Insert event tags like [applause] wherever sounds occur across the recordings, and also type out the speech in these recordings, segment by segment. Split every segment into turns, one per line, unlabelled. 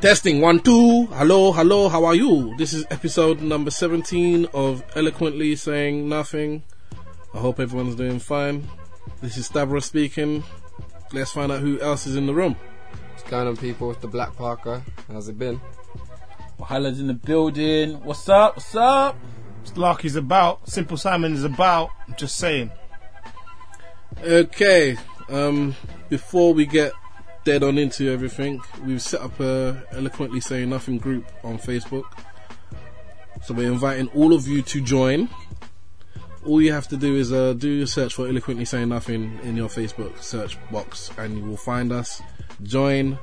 Testing one, two. Hello, hello, how are you? This is episode number 17 of Eloquently Saying Nothing. I hope everyone's doing fine. This is Stavros speaking. Let's find out who else is in the room.
What's going on, people? It's the Black Parker. How's it been?
Highlands in the building. What's up? What's up?
Larky's about. Simple Simon is about. I'm just saying.
Okay, um, before we get dead on into everything, we've set up a eloquently saying nothing group on Facebook. So we're inviting all of you to join. All you have to do is uh, do your search for eloquently saying nothing in your Facebook search box, and you will find us. Join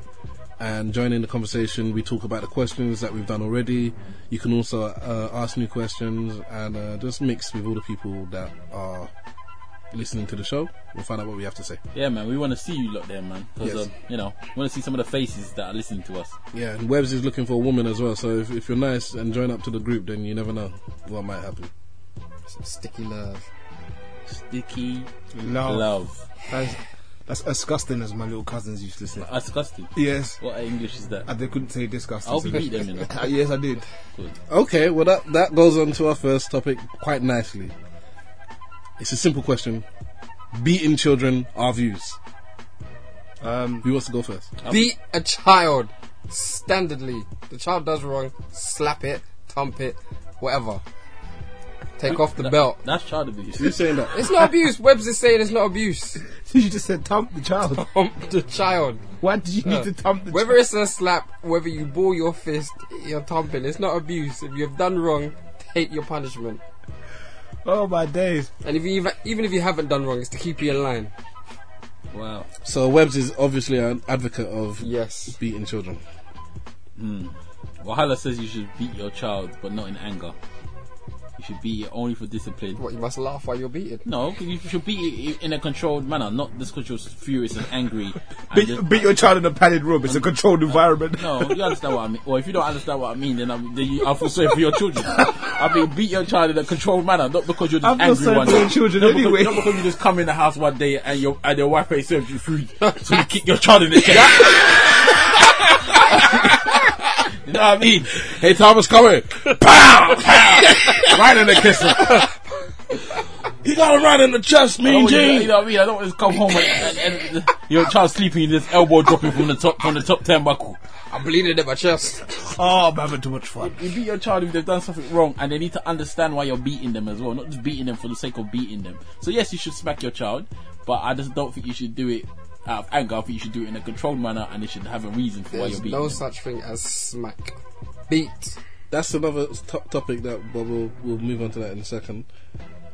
and join in the conversation. We talk about the questions that we've done already. You can also uh, ask new questions and uh, just mix with all the people that are listening to the show. We'll find out what we have to say.
Yeah, man, we want to see you lot there, man. Because,
Yes.
um, you know, we want to see some of the faces that are listening to us.
Yeah, and Webbs is looking for a woman as well. So if, if you're nice and join up to the group, then you never know what might happen.
Some sticky love.
Sticky
Love.
love.
That's, that's disgusting as my little cousins used to say.
That's disgusting.
Yes.
What English is that?
I, they couldn't say disgusting.
I hope
so-
you beat them, you
[laughs]
know.
yes, I did.
Okay, well that that goes on to our first topic quite nicely. It's a simple question: beating children are views.
Um, [laughs]
Who wants to go first?
Beat a child. Standardly. The child does wrong. Slap it. Thump it. Whatever. Take off the belt.
That's child abuse.
[laughs]
Who's saying that?
It's not abuse. Webbs is saying it's not abuse.
you just said thump the child.
Thump the child.
[laughs] Why did you need to thump the
Whether it's a slap, whether you ball your fist, you're thumping. It's not abuse. If you've done wrong, take your punishment.
child? Oh my days.
And if you even, even if you haven't done wrong, it's to keep you in line.
Wow.
So Webbs is obviously an advocate of
Yes.
beating children.
Wahala says you should beat your child, but not in anger. You should beat it only for discipline.
What you must laugh while you're beaten.
No, you should beat it in a controlled manner, not just because you're furious and
[laughs]
angry. and just-
Beat, beat your child in a padded room. It's a controlled environment.
No, you understand what I mean. Or if you don't understand what I mean, then, I'm, then you, I feel sorry for your
[laughs]
children. I mean, beat your child in a controlled manner, not because you're
I
just
feel
angry
sorry
one
for
day.
your children
not
anyway.
Because, not because you just come in the house one day and your and your wife ain't served you food, [laughs] so you kick your child in the chest. you know what I mean?
Hey Thomas, come here! Pow! Pow! [laughs] right in the kisser. [laughs] you got to right in the chest,
I don't
Oh,
Mean
want you, you
Gene.
know what I mean? I don't want to come home and, and, and your child sleeping, and this elbow dropping from the top from the top turnbuckle.
I'm bleeding in my chest.
Oh, I'm having too much fun.
You beat your child if they've done something wrong, and they need to understand why you're beating them as well, not just beating them for the sake of beating them. So yes, you should smack your child, but I just don't think you should do it out of anger. I think you should do it in a controlled manner, and they should have a reason for why
There's
you're beating
no
them.
such thing as smack. Beat.
That's another top topic that, but we'll we'll move on to that in a second.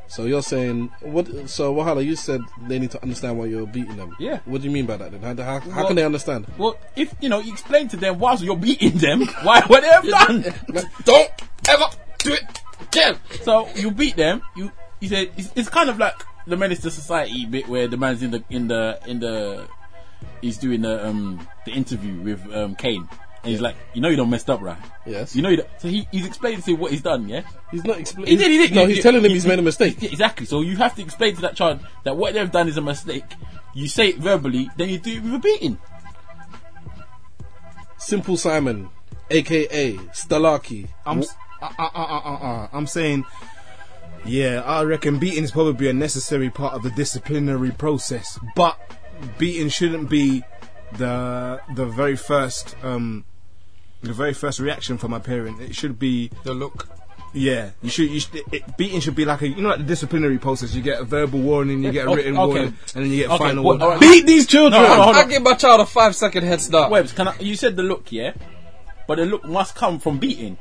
So you're saying what? So Wahala, you said they need to understand why you're beating them.
Yeah.
What do you mean by that? Then how, how, how
Well-
can they understand?
Well, if you know, you explain to them whilst you're beating them, [laughs] why what they have done.
Don't ever do it again.
So you beat them. You you say it's, it's kind of like the menace to society bit where the man's in the in the in the he's doing the um the interview with um Kane. And he's like, you know, you don't messed up, right?
Yes.
You know, you don't. so he, he's explaining to him what he's done. Yeah,
He's not explaining.
He did, he did.
No,
He-
he's
he-
telling him
he-
he's made a mistake.
Yeah, exactly. So you have to explain to that child that what they've done is a mistake. You say it verbally, then you do it with a beating.
Simple Simon, aka Stalaki.
I'm s- uh, uh, uh, uh, uh, uh. I'm saying, yeah, I reckon beating is probably a necessary part of the disciplinary process, but beating shouldn't be the the very first um the very first reaction from a parent. It should be
The look.
yeah, you should you should, it, beating should be like a you know like the disciplinary process. You get a verbal warning, you get a
Oh,
written
okay.
warning, and then you get a
Okay,
final
well,
warning.
alright.
Beat these children.
No, hold on, hold
I
on.
give my child a five second head start.
Webs, can I, you said the look, yeah, but the look must come from beating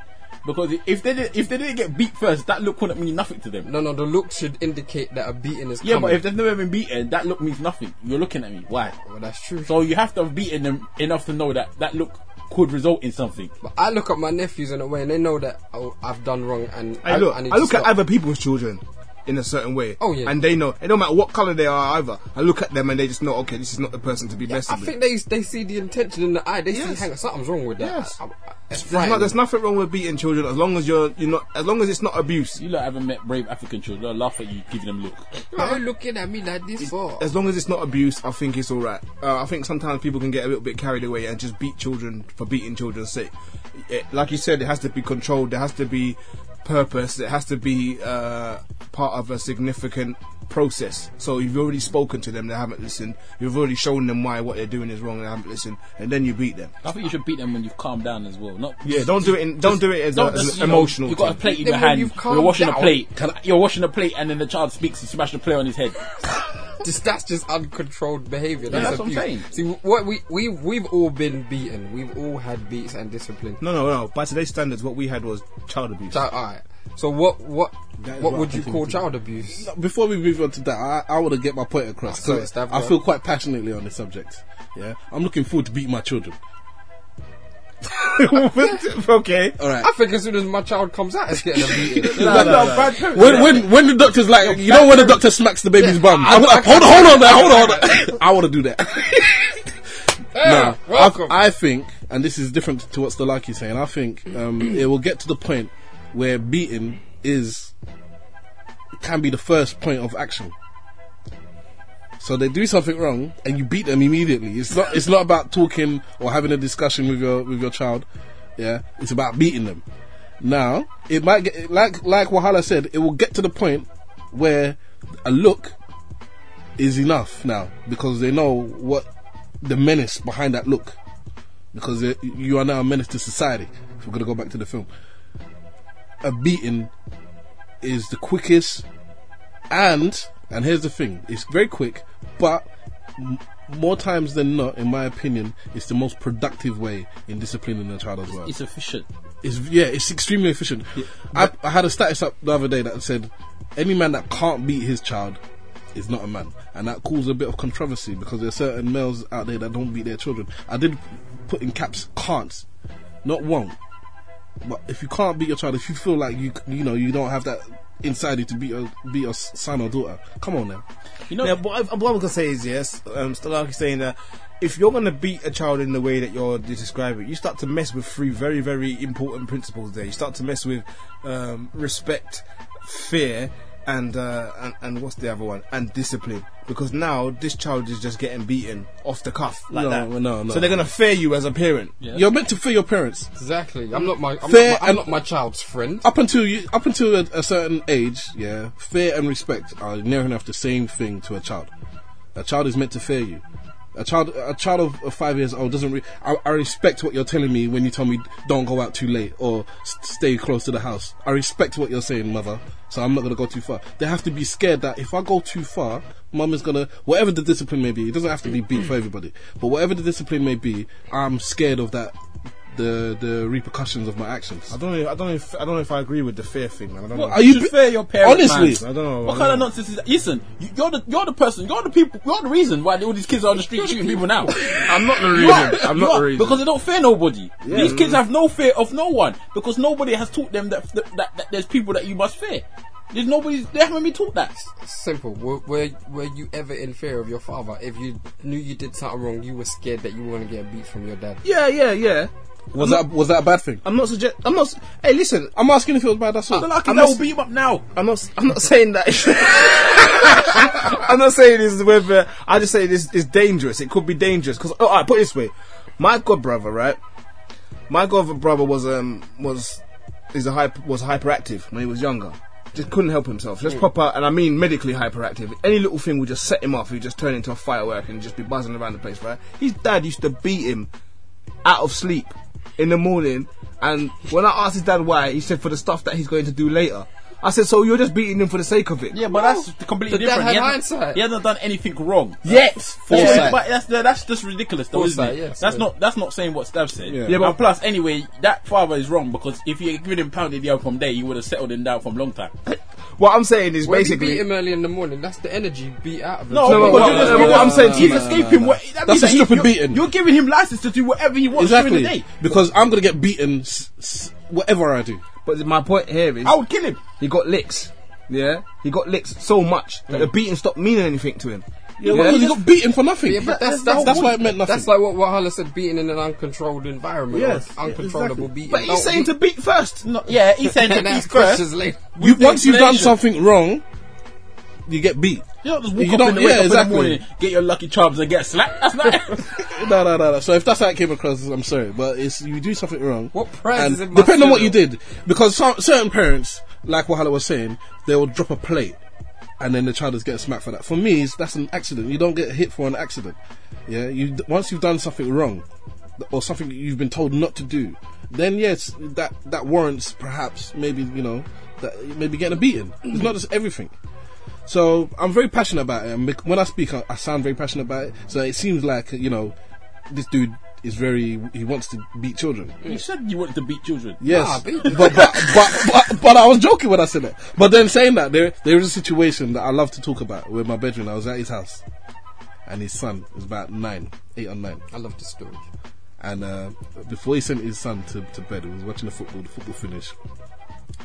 because if they did, if they didn't get beat first, that look wouldn't mean nothing to them.
No, no, the look should indicate that a beating is
Yeah,
coming. Oh,
but if they've never been beaten, that look means nothing. You're looking at me. Why?
Well, that's true.
So you have to have beaten them enough to know that that look could result in something.
but I look at my nephews in a way, and they know that oh, I've done wrong, and
Hey, look, I,
I need to
look at
stop.
other people's children. in a certain way.
Oh, yeah.
And they know it don't matter what colour they are either. I look at them and they just know, okay, this is not the person to be messing
I
with.
think they they see the intention in the eye. They
Yes.
see, hang on, something's wrong with that.
Yes.
I, I, it's
there's, not,
frightening.
there's nothing wrong with beating children as long as you're you're not as long as it's not abuse.
You lot haven't met brave African children. They'll laugh at you, giving them look.
Why are you looking at me like this for?
As long as it's not abuse, I think it's all right. Uh, I think sometimes people can get a little bit carried away and just beat children for beating children's sake. It- like you said, it has to be controlled. There has to be purpose. It has to be uh, part of a significant process. So you've already spoken to them. They haven't listened. You've already shown them why what they're doing is wrong. and They haven't listened, and then you beat them.
I think you should beat them when you've calmed down as well. Not
Yeah, don't do it. In, don't do it as, a,
Don't
as
just,
an
you know,
emotional.
You've got a
thing.
plate in
Then
your
when
hand.
you've
You're
calmed
washing a
down-
plate. You're washing a plate, and then the child speaks and smash the plate on his head.
Just- [laughs] that's just uncontrolled behavior. That's,
that's what I'm
abuse.
saying.
See, what we we we've all been beaten. We've all had beats and discipline.
No, no, no. By today's standards, what we had was child abuse.
So, all right. So what what
That is
what
what
would
I
you
think
call
we do.
child abuse?
Before we move on to that, I, I want to get my point across.
Oh, sorry,
'cause
Stav, go
I
on.
feel quite passionately on this subject. Yeah, I'm looking forward to beating my children.
okay.
All right.
I think as soon as my child comes out, it's getting a beating.
No, no, no.
When, when when the doctor's like, you know when the doctor smacks the baby's bum.
I-
I'm
I-
like, hold on, hold on, there, hold on. [laughs] I want to do that.
Yeah,
Nah,
welcome.
I, I think, and this is different to what Stolaki is saying. I think
[clears throat]
um, it will get to the point where beating is can be the first point of action. So they do something wrong, and you beat them immediately. It's not. It's not about talking or having a discussion with your with your child. Yeah, it's about beating them. Now it might get like like Wahala said. It will get to the point where a look is enough now because they know what the menace behind that look. Because it- you are now a menace to society. If we're gonna go back to the film, a beating is the quickest, and and here's the thing: it's very quick, but m- more times than not, in my opinion, it's the most productive way in disciplining a child as well.
It's efficient.
It's yeah, it's extremely efficient. I, I had a status up the other day that said any man that can't beat his child is not a man, and that caused a bit of controversy because there are certain males out there that don't beat their children. I did put in caps can't, not won't. But if you can't beat your child, if you feel like you you know you don't have that inside you to beat your beat your son or daughter, come on now.
You know,
Yeah, but I, what I was gonna say is yes. Um, Stalaki saying that if you're gonna beat a child in the way that you're describing, you start to mess with three very, very important principles. There, you start to mess with um, respect, fear, and, uh, and and what's the other one? And discipline. Because now this child is just getting beaten off the cuff like
No,
that.
no, no.
So they're gonna fear you as a parent.
Yeah.
You're meant to fear your parents.
exactly. I'm not my I'm,
Fair
not, my, I'm
and-
not my child's friend.
up until you, up until a, a certain age, yeah, fear and respect are near enough the same thing to a child. A child is meant to fear you. A child, a child of, of five years old doesn't. Re- I, I respect what you're telling me when you tell me don't go out too late or s- stay close to the house. I respect what you're saying, mother. So I'm not gonna go too far. They have to be scared that if I go too far, mum is gonna whatever the discipline may be. It doesn't have to be beat for everybody, but whatever the discipline may be, I'm scared of that. The the repercussions of my actions.
I don't know. I don't. Know if, I don't know if I agree with the fear thing, man. I don't
Well,
know.
Are you
should
be-
fear your parents?
Honestly.
man.
I don't know,
What
I
kind
don't
of
know.
nonsense is that? Listen, you- you're the you're the person, you're the people, you're the reason why all these kids are on the street shooting people now.
I'm not the
You are.
I'm
You
not
are,
the reason.
because they don't fear nobody. These kids have no fear of no one because nobody has taught them that that, that, that there's people that you must fear. There's nobody. They haven't been taught that.
Simple. Were, were were you ever in fear of your father? If you knew you did something wrong, you were scared that you were gonna get beat from your dad.
yeah, yeah, yeah.
Was that was that a bad thing?
I'm not suggest. I'm not. s- Hey, listen.
I'm asking if it was bad. That's all.
The lucky
I'm
that
not-
will beat him up now.
I'm not. I'm not saying that. [laughs] I'm not saying this is whether. I just say this is dangerous. It could be dangerous because. Oh, I put it this way. My god brother, right? My god brother was um was is a hyper, was hyperactive when he was younger. Just couldn't help himself. Just pop out, and I mean medically hyperactive. Any little thing would just set him off. He'd just turn into a firework and just be buzzing around the place, right? His dad used to beat him out of sleep in the morning. And when I asked his dad why, he said for the stuff that he's going to do later. I said, so you're just beating him for the sake of it.
Yeah, but that's completely
The dad
different. He
had
hasn't-
hindsight.
He hasn't done anything wrong.
Yes.
Yeah,
Foresight.
but that's that's just ridiculous, though,
Foresight,
isn't it?
yes,
that's
yeah.
not that's not saying what Stav said.
Yeah.
Yeah, but-
and plus, anyway, that father is wrong because if he had given him pounded the outcome day, he would have settled him down from long time.
What I'm saying is
When
basically.
you beat him early in the morning, that's the energy beat out of him.
No,
No,
but
but
but
you
that's
just-
what
but
I'm
no,
saying
no,
he's
no,
escaping. what, that
That's
means
a
that he-
stupid
you're,
beating.
You're giving him license to do whatever he wants during the
exactly.
day.
Because I'm gonna get beaten s- s- whatever I do.
But my point here is
I would kill him.
he got licks. Yeah, he got licks so much that the beating stopped meaning anything to him.
Yeah, because he got beaten for nothing.
Yeah, but that's,
that's,
that's,
why it meant nothing.
That's like what Wahala said, beating in an uncontrolled environment.
Yes,
Yes. Uncontrollable beating.
But he's
Don't
saying to
beat-
beat first.
No, yeah,
[laughs]
he's saying
And
that
that's
he's first.
questions later.
you, once you've done
explanation.
something wrong, you get beat.
You don't just walk
You
up
don't-
in the,
yeah,
wake up in
exactly.
the morning, get your lucky charms and get slapped. That's not. [laughs]
No, no, no, no. So if that's how it came across, I'm sorry, but it's you do something wrong.
What prize
and
is it
Depending on what you
must
did, because some, certain parents, like Wahala was saying, they will drop a plate, and then the child is getting smacked for that. For me, it's, that's an accident. You don't get hit for an accident. Yeah, you d- once you've done something wrong, th- or something that you've been told not to do, then yes, that that warrants perhaps maybe you know that maybe getting a beating. It's not just everything. So I'm very passionate about it. And bec- when I speak, I, I sound very passionate about it. So it seems like you know, this dude is very he wants to beat children.
you said you wanted to beat children.
Yes,
Nah, beat
but, but, but but but I was joking when I said that. But then saying that there there is a situation that I love to talk about with my bedroom. I was at his house, and his son was about nine, eight or nine.
I love the story.
And uh, before he sent his son to, to bed, he was watching the football. The football finished.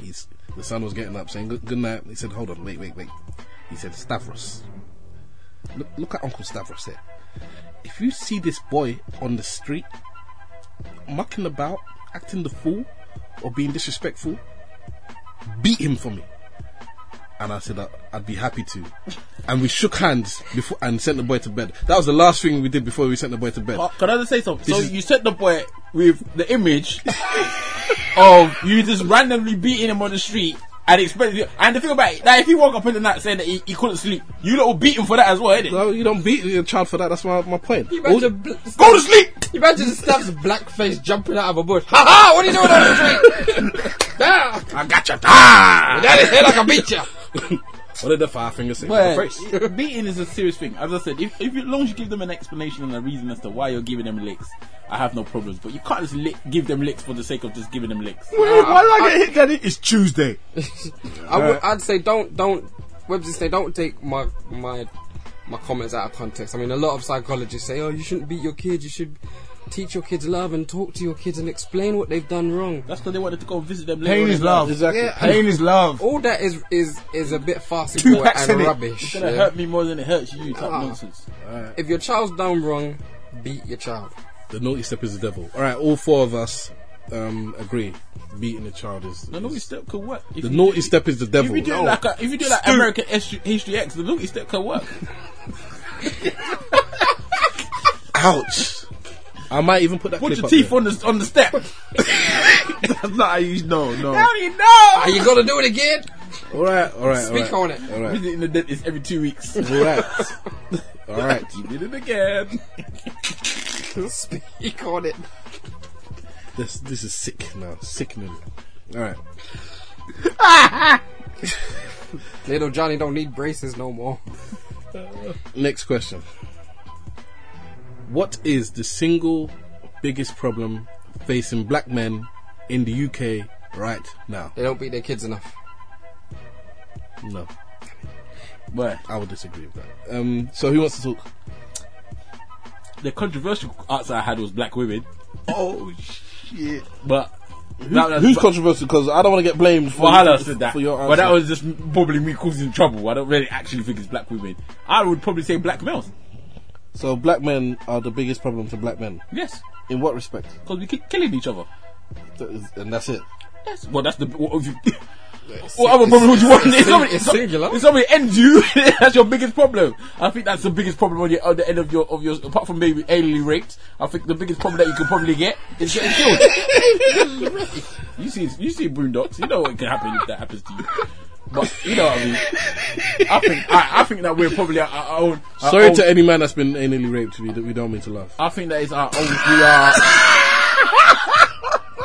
He's, the son was getting up, saying good, good night. He said, "Hold on, wait, wait, wait." He said, "Stavros, look, look at Uncle Stavros there. If you see this boy on the street mucking about, acting the fool, or being disrespectful, beat him for me." And I said, "I- "I'd be happy to." And we shook hands before and sent the boy to bed. That was the last thing we did before we sent the boy to bed.
But can I just say something? so
is-
you set the boy with the image [laughs] of you just randomly beating him on the street and expecting. And the thing about it, that if he woke up in the night saying that he, he couldn't sleep, you lot will beat him for that as well, innit?
No, you don't beat your child for that. That's my, my point.
You
All-
imagine, bl- [laughs]
Go to sleep.
you imagine the [laughs] staff's black face jumping out of a bush. Ha ha! What are you doing on [laughs] the street? ah,
I got you. Ah!
that is hell like a beat ya.
What did the five fingers say?
Well,
First.
[laughs] beating is a serious thing. As I said, if, if as long as you give them an explanation and a reason as to why you're giving them licks, I have no problems. But you can't just lick, give them licks for the sake of just giving them licks.
Why did I get hit? Daddy? It's Tuesday.
I would, I'd say don't don't Webster say don't take my my my comments out of context. I mean, a lot of psychologists say, oh, you shouldn't beat your kids. You should teach your kids love and talk to your kids and explain what they've done wrong.
That's because they wanted to go and visit them later.
Pain
on
is
in
love.
Exactly.
Yeah, pain is love.
All that is is is a bit farcical
Tupac's in
and
it.
rubbish.
It's gonna
yeah.
hurt me more than it hurts you. Type
Ah.
nonsense.
If your child's done wrong, beat your child.
The naughty step is the devil. All right, all four of us um, agree. Beating a child is.
The naughty step could work. If
the
you
naughty
do-
step is the
If
devil.
you do it
No.
like a, if you do it like American history, history X, the naughty step
[laughs]
could work.
Ouch. I might even put that
Put
clip
your
up
teeth
there.
on the on
[laughs]
the step.
That's not how you know. No.
How do you know?
Are Ah, you gonna do it again?
All right, all right.
Speak
all
on
right.
it.
All right,
Visiting the dentist every two weeks. you
all right, all right.
did it again.
Speak on it.
This this is sick now. Sickening. All right.
Little Johnny don't need braces no more.
Next question. What is the single biggest problem facing black men in the UK right now?
They don't beat their kids enough.
No.
But
I would disagree with that. Um, so who wants to talk?
the controversial answer I had was black women,
Oh shit.
but that was-
Who's controversial? Because I don't want to get blamed for,
Wahala said that,
for your answer.
but that was just probably me causing trouble. I don't really actually think it's black women. I would probably say black males.
so black men are the biggest problem to black men.
Yes,
In what respect?
because we keep killing each other.
That is- And that's it.
Yes. Well, that's the. What, if you, what other problem would you want? If somebody, if
it's
somebody,
singular.
if somebody ends you, [laughs] that's your biggest problem. I think that's the biggest problem on, your, on the end of your of your. Apart from maybe anally raped, I think the biggest problem that you could probably get is getting killed. [laughs] you see, you see Boondocks. You know what can happen if that happens to you. But you know what I mean. I think I, I think that we're probably our, our own. our
Sorry
own-
to any man that's been anally raped. We don't, we don't mean to laugh.
I think that is our own. We are.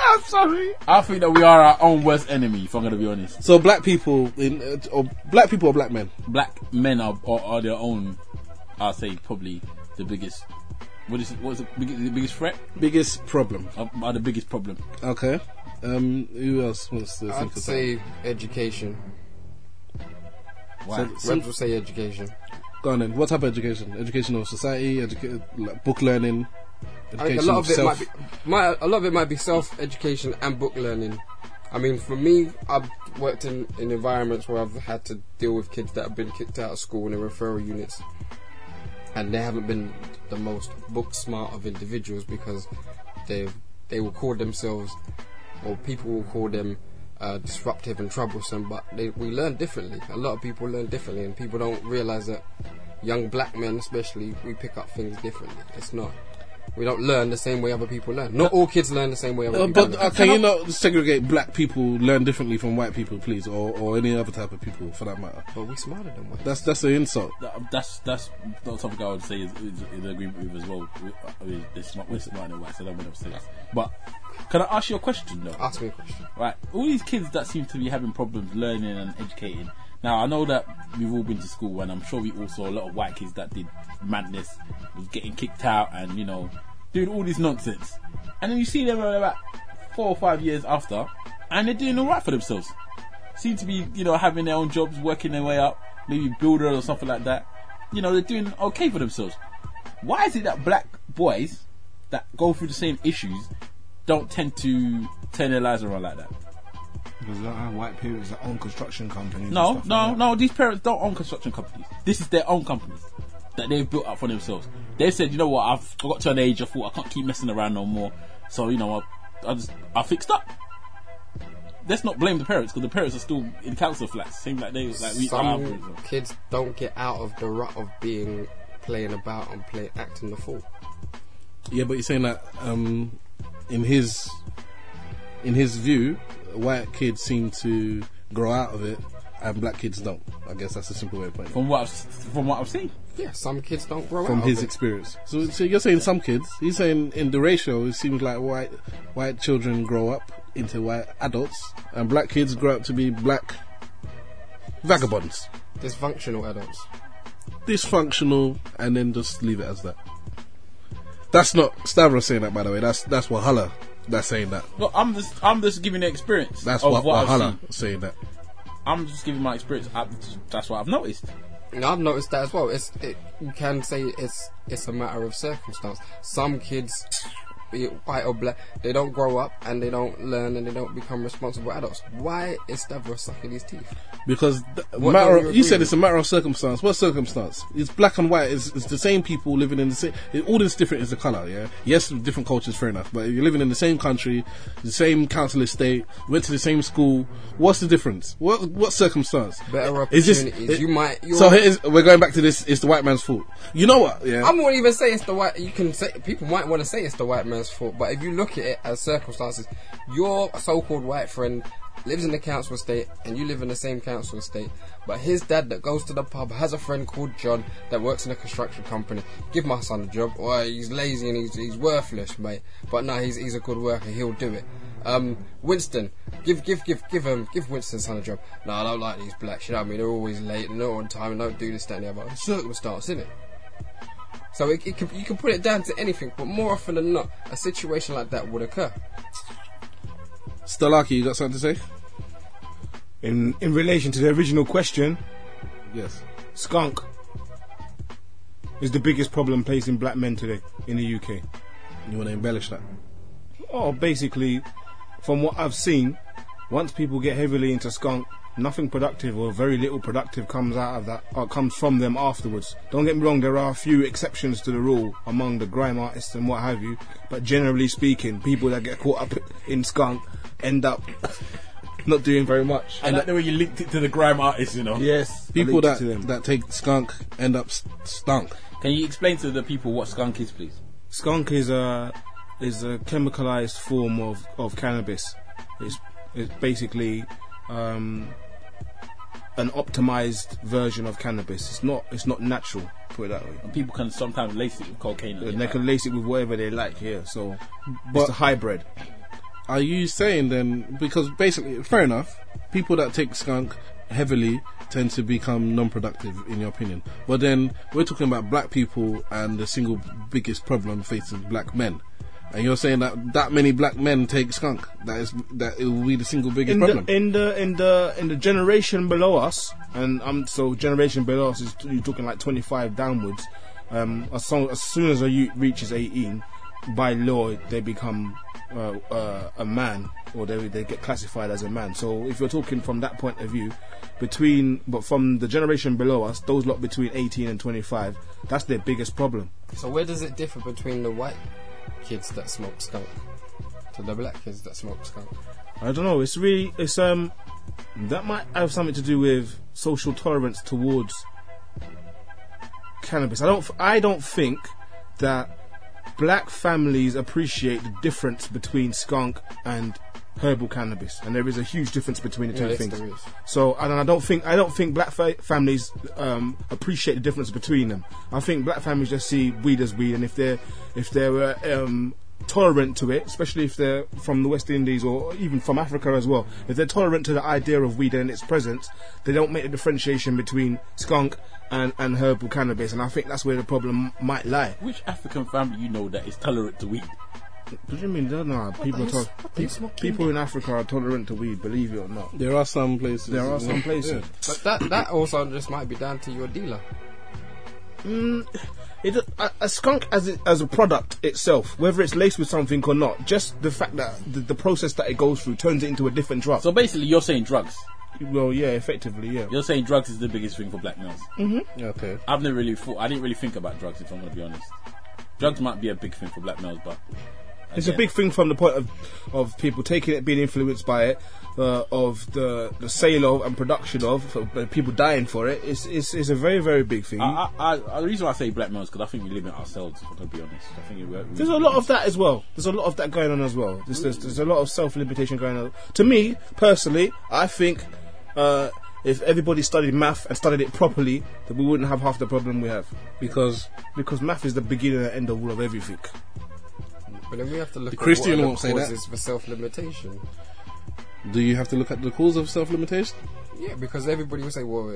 I'm sorry.
I think that we are our own worst enemy. If I'm gonna be honest,
So black people, in, uh, or black people or black men?
black men are are, are their own. I say probably the biggest. What is it? What's the, big, the biggest threat?
Biggest problem.
Are, are the biggest problem?
Okay. Um, who else wants to think
I'd
of
say education.
Why?
something? So-
Rebs will
some-
say education.
go on then. What type of education? Educational society, educa- like book learning,
I think
education
a lot of it
self.
might be, might, a lot of it might be self education and book learning. I mean, for me, I've worked in, in environments where I've had to deal with kids that have been kicked out of school in the referral units, and they haven't been the most book smart of individuals because they they will call themselves, or people will call them. Uh, disruptive and troublesome, but they, we learn differently. A lot of people learn differently, and people don't realize that young black men, especially, we pick up things differently. It's not we don't learn the same way other people learn. Not all kids learn the same way other
Uh,
people
but
learn.
uh, can you not segregate black people learn differently from white people, please, or, or any other type of people for that matter?
But we smarter than white.
That's that's an insult.
That- that's that's not something I would say is, is, is agreement with as well. We- I mean, It's not we're smart and wise, so I don't want to say this. But can I ask you a question though?
Ask me a question.
Right, all these kids that seem to be having problems learning and educating. Now I know that we've all been to school, and I'm sure we all saw a lot of white kids that did madness, was getting kicked out, and you know, doing all this nonsense. And then you see them about four or five years after, and they're doing all right for themselves. Seem to be, you know, having their own jobs, working their way up, maybe builder or something like that. You know, they're doing okay for themselves. Why is it that black boys that go through the same issues don't tend to turn their lives around like that?
Because uh, white parents that own construction companies. and
No,
stuff
no,
like that.
no. These parents don't own construction companies. This is their own companies that they've built up for themselves. They said, you know what? I've I got to an age. I thought I can't keep messing around no more. So you know, I, I just I fixed up. Let's not blame the parents because the parents are still in council flats. Seem like they like we um, are. for
Some
example.
kids don't get out of the rut of being playing about and play acting the fool.
Yeah, but you're saying that um, in his in his view, white kids seem to grow out of it, and black kids don't. I guess that's a simple way of putting it.
From what I've, s- from what I've seen,
Yeah, some kids don't grow
From
out
his
of it.
experience, so, so you're saying some kids. He's saying in the ratio, it seems like white white children grow up into white adults, and black kids grow up to be black vagabonds,
dysfunctional adults.
dysfunctional, and then just leave it as that. That's not Stavros saying that, by the way. That's that's Wahala that's saying that.
look, I'm just I'm just giving the experience.
That's
of
what
what I've
Wahala
seen.
saying that.
I'm just giving my experience. I, that's what I've noticed.
And I've noticed that as well. It's it, you can say it's it's a matter of circumstance. Some kids, be it white or black, they don't grow up and they don't learn and they don't become responsible adults. Why is Stavros sucking his teeth?
Because th-
What
matter
don't
of,
you
you said
agree
it's a matter of circumstance. What circumstance? It's black and white. It's, it's the same people living in the same. It, all that's different is the color. Yeah. Yes, different cultures, fair enough. But if you're living in the same country, the same council estate, went to the same school. What's the difference? What what circumstance?
Better
It's just-
opportunities. You might- you're-
so here is, we're going back to this. It's the white man's fault. You know what? Yeah.
I won't even say it's the white. You can say people might want to say it's the white man's fault, but if you look at it as circumstances, your so-called white friend lives in the council estate, and you live in the same council estate. But his dad that goes to the pub has a friend called John that works in a construction company. Give my son a job, or he's lazy and he's, he's worthless, mate. But no, he's he's a good worker. He'll do it. Um, Winston, give give give give him give Winston's son a job. No, I don't like these blacks. You know what I mean? They're always late, and not on time, and don't do this, that, and the other. It's Circumstance, isn't it? So it, it can, you can put it down to anything, but more often than not, a situation like that would occur.
Stalaki, you got something to say?
In in relation to the original question,
Yes.
skunk is the biggest problem facing black men today in the UK.
You want to embellish that?
Oh, basically, from what I've seen, once people get heavily into skunk, nothing productive or very little productive comes out of that or comes from them afterwards. Don't get me wrong, there are a few exceptions to the rule among the grime artists and what have you, but generally speaking, people that get caught up in skunk end up not doing very much.
I like the way you linked it to the grime artist. You know.
Yes,
People
I linked
that
it to them.
that take skunk end up st- stunk.
Can you explain to the people what skunk is, please?
skunk is a is a chemicalized form of, of cannabis. It's it's basically um, an optimized version of cannabis. It's not it's not natural. Put it that way.
And people can sometimes lace it with cocaine. and
And
shit
they
like
can lace it with whatever they like here. So
But-
it's a hybrid.
are you saying then because basically fair enough people that take skunk heavily tend to become non-productive in your opinion but then we're talking about black people and the single biggest problem facing black men and you're saying that that many black men take skunk that is that it will be the single biggest
in
problem
the in the in the in the generation below us, and um, so generation below us is you're talking like 25 downwards. Um, as, so, as soon as a youth reaches 18, by law they become uh, uh, a man, or they they get classified as a man. So if you're talking from that point of view, between but from the generation below us, those lot between 18 and 25, that's their biggest problem.
So where does it differ between the white kids that smoke skunk to the black kids that smoke skunk?
I don't know. It's really it's um that might have something to do with social tolerance towards cannabis. I don't I don't think that black families appreciate the difference between skunk and herbal cannabis, and there is a huge difference between the two
yes,
things.
there is.
So and I don't think I don't think black fa- families um, appreciate the difference between them. I think black families just see weed as weed, and if they're if they're uh, um, tolerant to it, especially if they're from the West Indies or even from Africa as well, if they're tolerant to the idea of weed and its presence, they don't make the differentiation between skunk and, and herbal cannabis, and I think that's where the problem might lie.
Which African family you know that is tolerant to weed?
What do you mean? No, no, people are tol- people, people in Africa are tolerant to weed, believe it or not.
There are some places.
There are some places.
But that that also just might be down to your dealer.
It, a, a skunk as it, as a product itself, whether it's laced with something or not, just the fact that the, the process that it goes through turns it into a different drug.
So basically, you're saying drugs.
well, yeah, effectively, yeah.
You're saying drugs is the biggest thing for black males.
Okay.
I've never really thought. I didn't really think about drugs, if I'm gonna be honest. Drugs might be a big thing for black males, but
It's a
again,
big thing from the point of of people taking it, being influenced by it, uh, of the the sale of and production of, of uh, people dying for it. It's, it's it's a very very big thing.
Mm.
I, I, I, the reason why I say black males because I think we limit ourselves. If I'm gonna be honest, I think we, we,
There's a lot of that as well. There's a lot of that going on as well. There's, there's, there's a lot of self-limitation going on. To me, personally, I think uh, if everybody studied math and studied it properly, then we wouldn't have half the problem we have.
Because
Because math is the beginning and end all of everything.
But then we have to look
The
at
Christian
what are
won't
the
say that.
causes for self-limitation.
do you have to look at the cause of self-limitation?
Yeah, because everybody will say, "Well,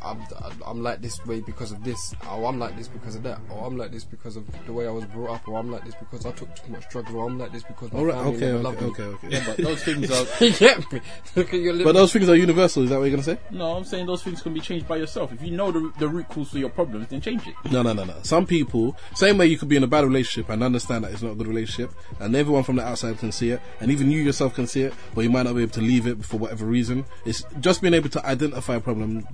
I'm, I'm like this way because of this. Oh, I'm like this because of that. Or I'm like this because of the way I was brought up. Or I'm like this because I took too much drugs. Or I'm like this because my
All right.
family
Okay.
never
Okay.
loved me."
Okay. okay.
but those things are.
You get me? Look at your
But
little.
those things are universal. Is that what you're gonna say?
No, I'm saying those things can be changed by yourself. If you know the, the root cause for your problems, then change it.
No, no, no, no. Some people, same way you could be in a bad relationship and understand that it's not a good relationship, and everyone from the outside can see it, and even you yourself can see it, but you might not be able to leave it for whatever reason. It's just being able to identify a problem.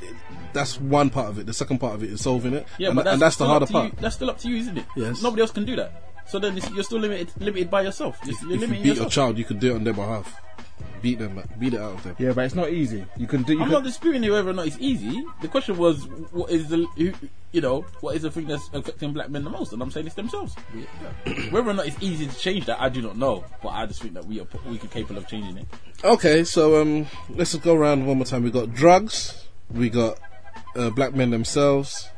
it- That's one part of it. The second part of it is solving it.
Yeah,
and,
but that's,
and that's the
still up
harder
to
part.
You, that's still up to you, isn't it?
Yes.
Nobody else can do that. So then it's, you're still limited, limited by yourself. You're, you're
If you
limiting
beat your
yourself.
child, you could do it on their behalf. Beat them, back. beat it out of them.
Yeah, but it's not easy. You can do. You
I'm
can,
not disputing whether or not it's easy. The question was, what is the who- you know what is the thing that's affecting black men the most? And I'm saying it's themselves. whether or not it's easy to change that, I do not know. But I just think that we are we are capable of changing it.
Okay, so um, let's just go around one more time. We got drugs, we got uh, black men themselves,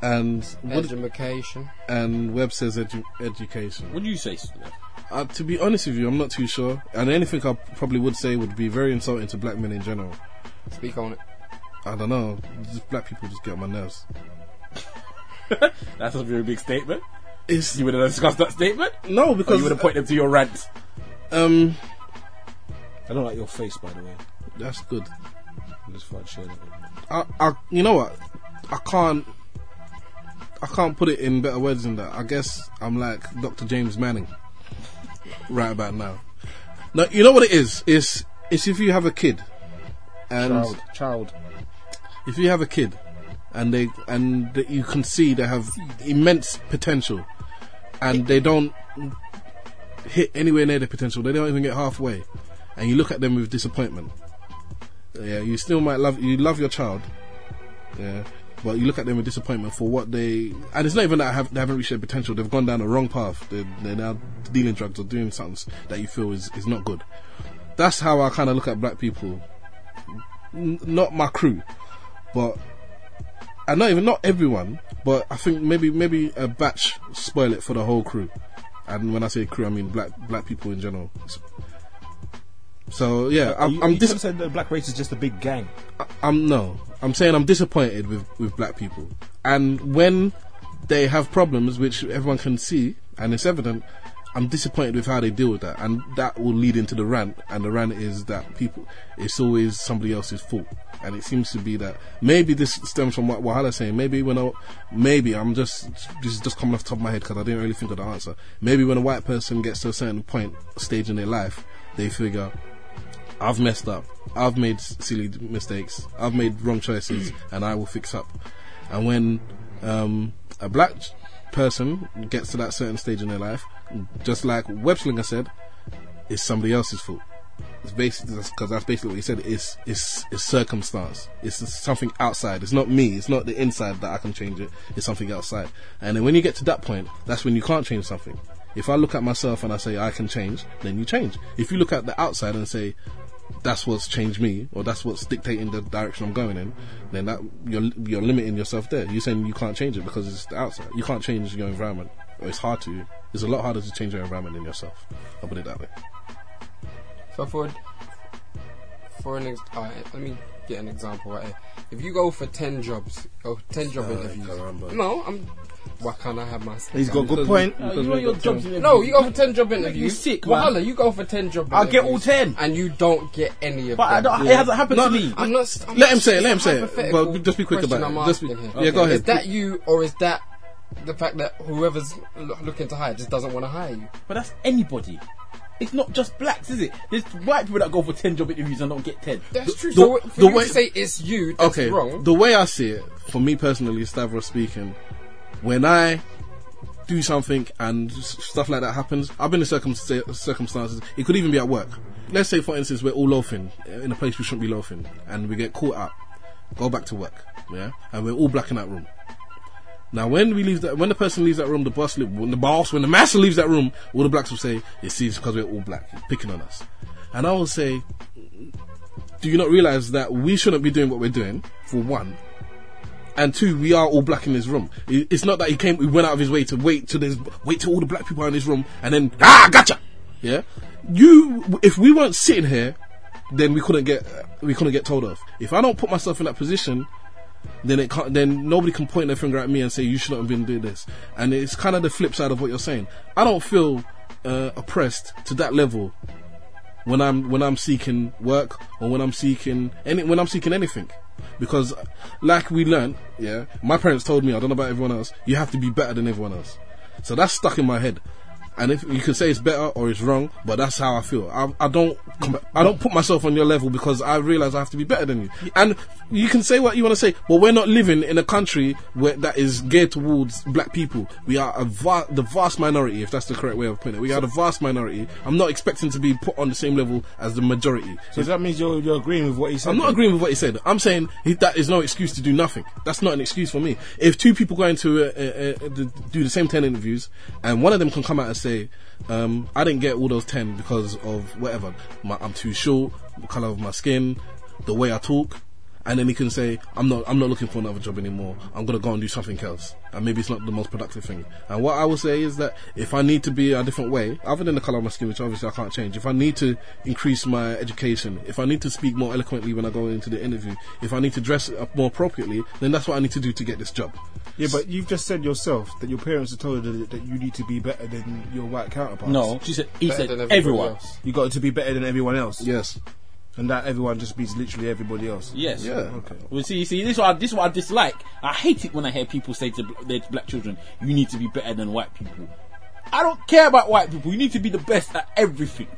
and what,
Education.
and Webb says edu- education.
What do you say? Steph?
Uh, to be honest with you, I'm not too sure. And anything I probably would say would be very insulting to black men in general.
Speak on it.
I don't know. Just black people just get on my nerves.
That's a very big statement.
It's
You would have discussed that statement.
no
Or you
because
would have pointed them to your rant.
um
I don't like your face, by the way.
that's good.
I just thought I'd share that. with you.
I, I you know what? I can't I can't put it in better words than that. I guess I'm like Dr. James Manning [laughs] right about now. No, you know what it is? It's it's if you have a kid and
Child, child.
if you have a kid and they and that you can see they have immense potential and they don't hit anywhere near their potential they don't even get halfway and you look at them with disappointment yeah you still might love you love your child yeah but you look at them with disappointment for what they and it's not even that I have, they haven't reached their potential they've gone down the wrong path they're, they're now dealing drugs or doing something that you feel is, is not good that's how I kind of look at black people N- not my crew but and not even not everyone, but I think maybe maybe a batch spoil it for the whole crew. And when I say crew, I mean black black people in general. So yeah, I'm
you,
I'm,
you
dis-
could've said the black race is just a big gang.
I'm no, I'm saying I'm disappointed with with black people, and when they have problems, which everyone can see and it's evident, I'm disappointed with how they deal with that, and that will lead into the rant. And the rant is that people, it's always somebody else's fault, and it seems to be that maybe this stems from what Wahala's saying. Maybe when I, maybe I'm just this is just coming off the top of my head because I didn't really think of the answer. Maybe when a white person gets to a certain point stage in their life, they figure, I've messed up, I've made s- silly d- mistakes, I've made wrong choices, and I will fix up. And when um, a black ch- person gets to that certain stage in their life, just like Webslinger said, it's somebody else's fault. It's basically because that's basically what he said. It's it's it's circumstance. It's just something outside. It's not me. It's not the inside that I can change it. It's something outside. And then when you get to that point, that's when you can't change something. If I look at myself and I say I can change, then you change. If you look at the outside and say that's what's changed me, or that's what's dictating the direction I'm going in, then that you're you're limiting yourself there. You're saying you can't change it because it's the outside. You can't change your environment, or it's hard to. It's a lot harder to change your environment than yourself. I'll put it that way.
So for for an ex- all right, let me get an example right here. If you go for ten jobs, go for ten job interviews.
caramba.
No, I'm. Why can't I have my?
He's got a good point.
No, you want your jobs in
No, you go for ten job interviews.
sick, man.
Wahala, you go for ten job.
I'll get all
interviews
10.
and you don't get any of
But I
them.
Ah,
don't, it hasn't happened to me.
I'm not. I'm
Let
not-
him say it, let him
it's a
say it.
hypothetical
But just be quick
question
about
I'm
it. Just be-
asking
yeah, go ahead.
Is that you, or is that the fact that whoever's lo- looking to hire just doesn't want to hire you?
But that's anybody. It's not just blacks, is it? There's white people that go for 10 job interviews and don't get 10.
That's true.
the-
so for
the
you
way-
to say it's you, that's
okay,
wrong.
the way I see it, for me personally, Stavros speaking, when I do something and s- stuff like that happens, I've been in circum- circumstances, it could even be at work. Let's say, for instance, we're all loafing uh, in a place we shouldn't be loafing, and we get caught up, go back to work, yeah, and we're all black in that room. Now, when we leave that, when the person leaves that room, the boss, li- when the boss, when the master leaves that room, all the blacks will say, "It seems because we're all black, he's picking on us," and I will say, do you not realize that we shouldn't be doing what we're doing for one and two we are all black in this room I- it's not that he came he went out of his way to wait till there's wait till all the black people are in this room and then ah gotcha yeah you if we weren't sitting here then we couldn't get we couldn't get told off if i don't put myself in that position then it can't, then nobody can point their finger at me and say you shouldn't have been doing this. And it's kind of the flip side of what you're saying. I don't feel uh, oppressed to that level when I'm when I'm seeking work or when I'm seeking any when I'm seeking anything, because uh, like we learned, yeah, my parents told me I don't know about everyone else. You have to be better than everyone else, so that's stuck in my head. And if you can say it's better or it's wrong, but that's how I feel. I, I don't com- I don't put myself on your level because I realize I have to be better than you. And you can say what you want to say, but we're not living in a country where that is geared towards black people. We are a va- the vast minority, if that's the correct way of putting it. We are the vast minority. I'm not expecting to be put on the same level as the majority.
So that means you're, you're agreeing with what he said.
I'm not agreeing with what he said. I'm saying he, that is no excuse to do nothing. That's not an excuse for me. If two people go into uh, uh, uh, d- do the same ten interviews, and one of them can come out and say, um, "I didn't get all those ten because of whatever. My, I'm too short, the color of my skin, the way I talk," and then he can say, "I'm not. I'm not looking for another job anymore. I'm gonna go and do something else." And maybe it's not the most productive thing. And what I will say is that if I need to be a different way, other than the color of my skin, which obviously I can't change, if I need to increase my education, if I need to speak more eloquently when I go into the interview, if I need to dress up more appropriately, then that's what I need to do to get this job.
Yeah, but you've just said yourself that your parents have told you that, that you need to be better than your white counterparts.
No, she said, he
Better
said,
than everybody
everyone.
else.
You got to be better than everyone else.
Yes.
And that everyone just means literally everybody else.
Yes.
Yeah.
Okay.
Well, see, see, this is what I, this is what I dislike. I hate it when I hear people say to bl- their black children, "You need to be better than white people." I don't care about white people. You need to be the best at everything.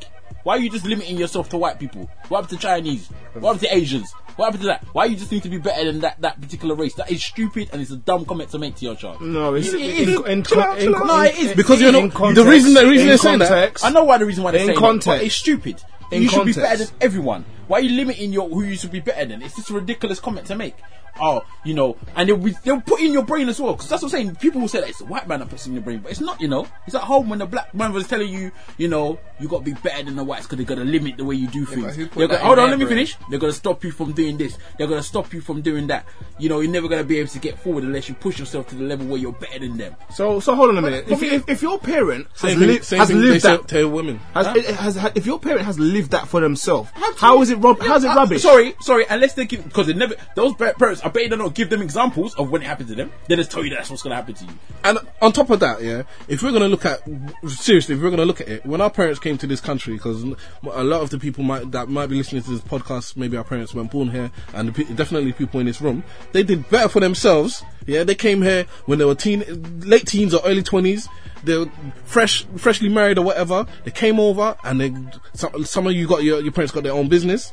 Why are you just limiting yourself to white people? What happened to Chinese? What happened to Asians? What happened to that? Why you just need to be better than that, that particular race? That is stupid and it's a dumb comment to make to your child.
No, it's
It- it
in,
is.
in, in,
Chill out, chill out. No, it is
in-
Because you're
in
not- the reason- the reason
in
they're saying that-
context,
I know why the reason why they're
In
saying
context.
it, but it's stupid.
In
you should be
context.
better than everyone. Why are you limiting your who you should be better than? It's just a ridiculous comment to make. Oh, you know, and they'll, be- they'll put it in your brain as well. Because that's what I'm saying. People will say that it's a white man that puts it in your brain, but it's not. You know, it's at home when the black man was telling you, you know, you got to be better than the whites because they're gonna limit the way you do things.
who put
They're
that
gonna-
in
hold on,
their
let me
brain?
finish. They're gonna stop you from doing this. They're gonna stop you from doing that. You know, you're never gonna be able to get forward unless you push yourself to the level where you're better than them.
So, so hold on a minute.
but
If, you, if, if your parent has,
Same
li-
thing, same
has
thing they
lived
say-
that,
tell women.
has, it- has, ha- if your parent has lived that for themselves,
Absolutely.
how is it it rub- how's it
Uh,
rubbish?
Sorry, sorry. Unless they give, because they never those pa- parents. I bet they don't know. Give them examples of when it happened to them. They just tell you that's what's gonna happen to you.
And on top of that, yeah, if we're gonna look at seriously, if we're gonna look at it, when our parents came to this country, because a lot of the people might, that might be listening to this podcast, maybe our parents weren't born here, and the, pe- definitely people in this room, they did better for themselves. Yeah, they came here when they were teen, late teens or early twenties. They were fresh, freshly married or whatever. They came over, and they some, some of you got your, your parents got their own business.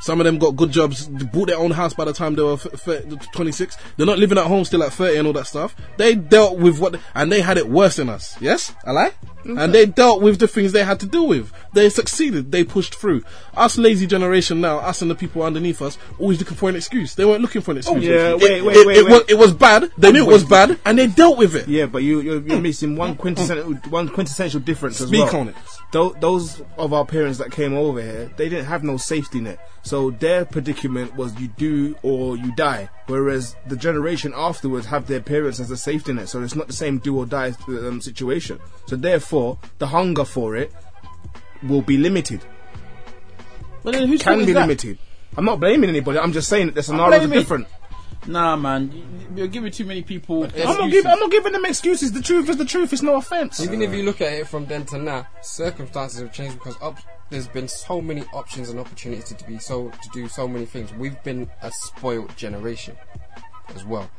Some of them got good jobs, bought their own house by the time they were f- f- 26. They're not living at home still at 30 and all that stuff. They dealt with what, and they had it worse than us. Yes? I lie?
Mm-hmm.
And they dealt with the things they had to deal with. They succeeded. They pushed through. Us lazy generation now, us and the people underneath us, always looking for an excuse. They weren't looking for an excuse.
Oh, yeah,
It-
wait, wait,
it,
wait,
it
wait.
Was, it was bad. They knew it was bad, and they dealt with it.
Yeah, but you, you're, you're missing one quintessential, one quintessential difference as
Speak
well.
on it.
Tho- those of our parents that came over here, they didn't have no safety net. So their predicament was you do or you die. Whereas the generation afterwards have their parents as a safety net. So it's not the same do or die um, situation. So therefore, the hunger for it will be limited.
But then who's
Can be limited. I'm not blaming anybody. I'm just saying that the scenarios are
blaming-
different.
Nah, man. you- You're giving too many people.
I'm not, giving, I'm not giving them excuses. The truth is the truth. It's no offense.
Even if you look at it from then to now, circumstances have changed because op- there's been so many options and opportunities to be so to do so many things. We've been a spoiled generation as well.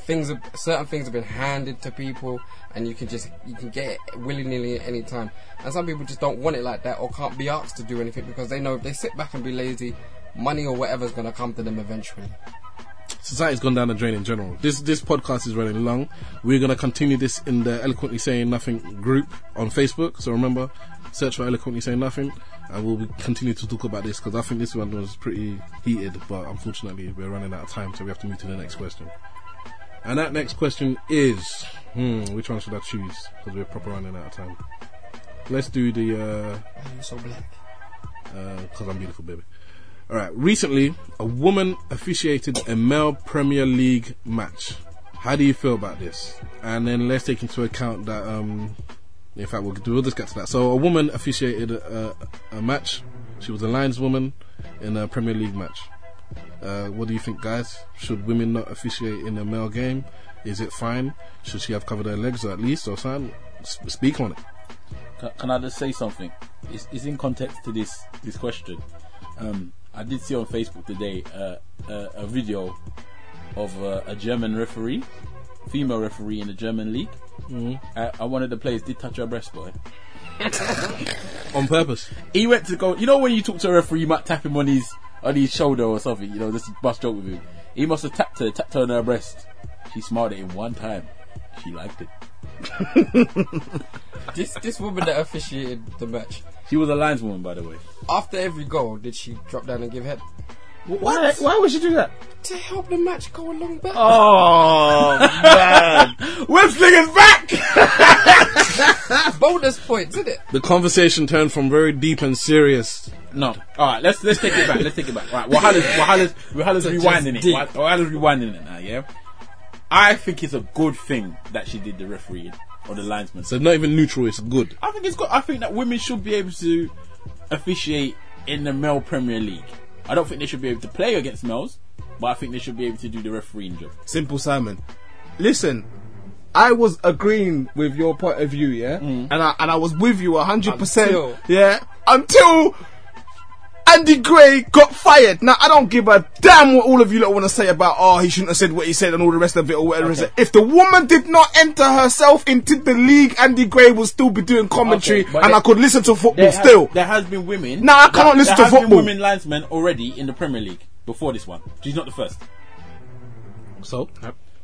Things have, certain things have been handed to people, and you can just you can get it willy nilly at any time. And some people just don't want it like that or can't be asked to do anything because they know if they sit back and be lazy, money or whatever's going to come to them eventually.
society's gone down the drain in general. This this podcast is running long. We're gonna continue this in the eloquently saying nothing group on Facebook. So remember, search for eloquently saying nothing, and we'll be- continue to talk about this because I think this one was pretty heated. But unfortunately, we're running out of time, so we have to move to the next question. And that next question is, hmm, which one should I choose? Because we're proper running out of time. Let's do the. Uh,
You're so black.
because I'm beautiful, baby. All right. Recently, a woman officiated a male Premier League match. How do you feel about this? And then let's take into account that, um, in fact, we'll, we'll just get to that. So, a woman officiated a, a, a match. She was a lineswoman in a Premier League match. Uh, what do you think, guys? Should women not officiate in a male game? Is it fine? Should she have covered her legs or at least or something? S- speak on it.
Can, can I just say something? It's, it's in context to this this question. Um, I did see on Facebook today uh, a, a video of uh, a German referee, female referee in the German league.
Mm-hmm.
Uh, and one of the players did touch her breast, boy.
On purpose.
He went to go. You know when you talk to a referee, you might tap him on his on his shoulder or something. You know, just bust joke with him. He must have tapped her, tapped her on her breast. She smiled at him one time. She liked it.
This this woman that officiated the match.
She was a lineswoman, by the way.
After every goal, did she drop down and give head?
Why, why would you do that?
to help the match go along better.
Oh
[laughs]
man, wrestling is back.
[laughs] Bonus points, isn't it?
The conversation turned from very deep and serious
No. All right. Let's let's take it back. Let's take it back. Right. Wahala's Wahala's [laughs] Wahala's
Such as
rewinding it.
deep.
Wah- Wahala's rewinding it now. Yeah. I think it's a good thing that she did the referee or the linesman.
So not even neutral. It's good.
I think it's good. I think that women should be able to officiate in the male Premier League. I don't think they should be able to play against males, but I think they should be able to do the refereeing job.
Simple Simon. Listen, I was agreeing with your point of view, yeah, and I and I was with you hundred
Until-
percent, yeah, until. Andy Gray got fired. Now I don't give a damn what all of you lot want to say about oh he shouldn't have said what he said and all the rest of it or whatever.
Okay.
If the woman did not enter herself into the league, Andy Gray will still be doing commentary,
Okay,
and
but
I
there-
could listen to
There
football
has-
still.
there has been women.
Nah, I can't
there-
listen to
there has
football.
Been women linesmen already in the Premier League before this one. She's not the first.
So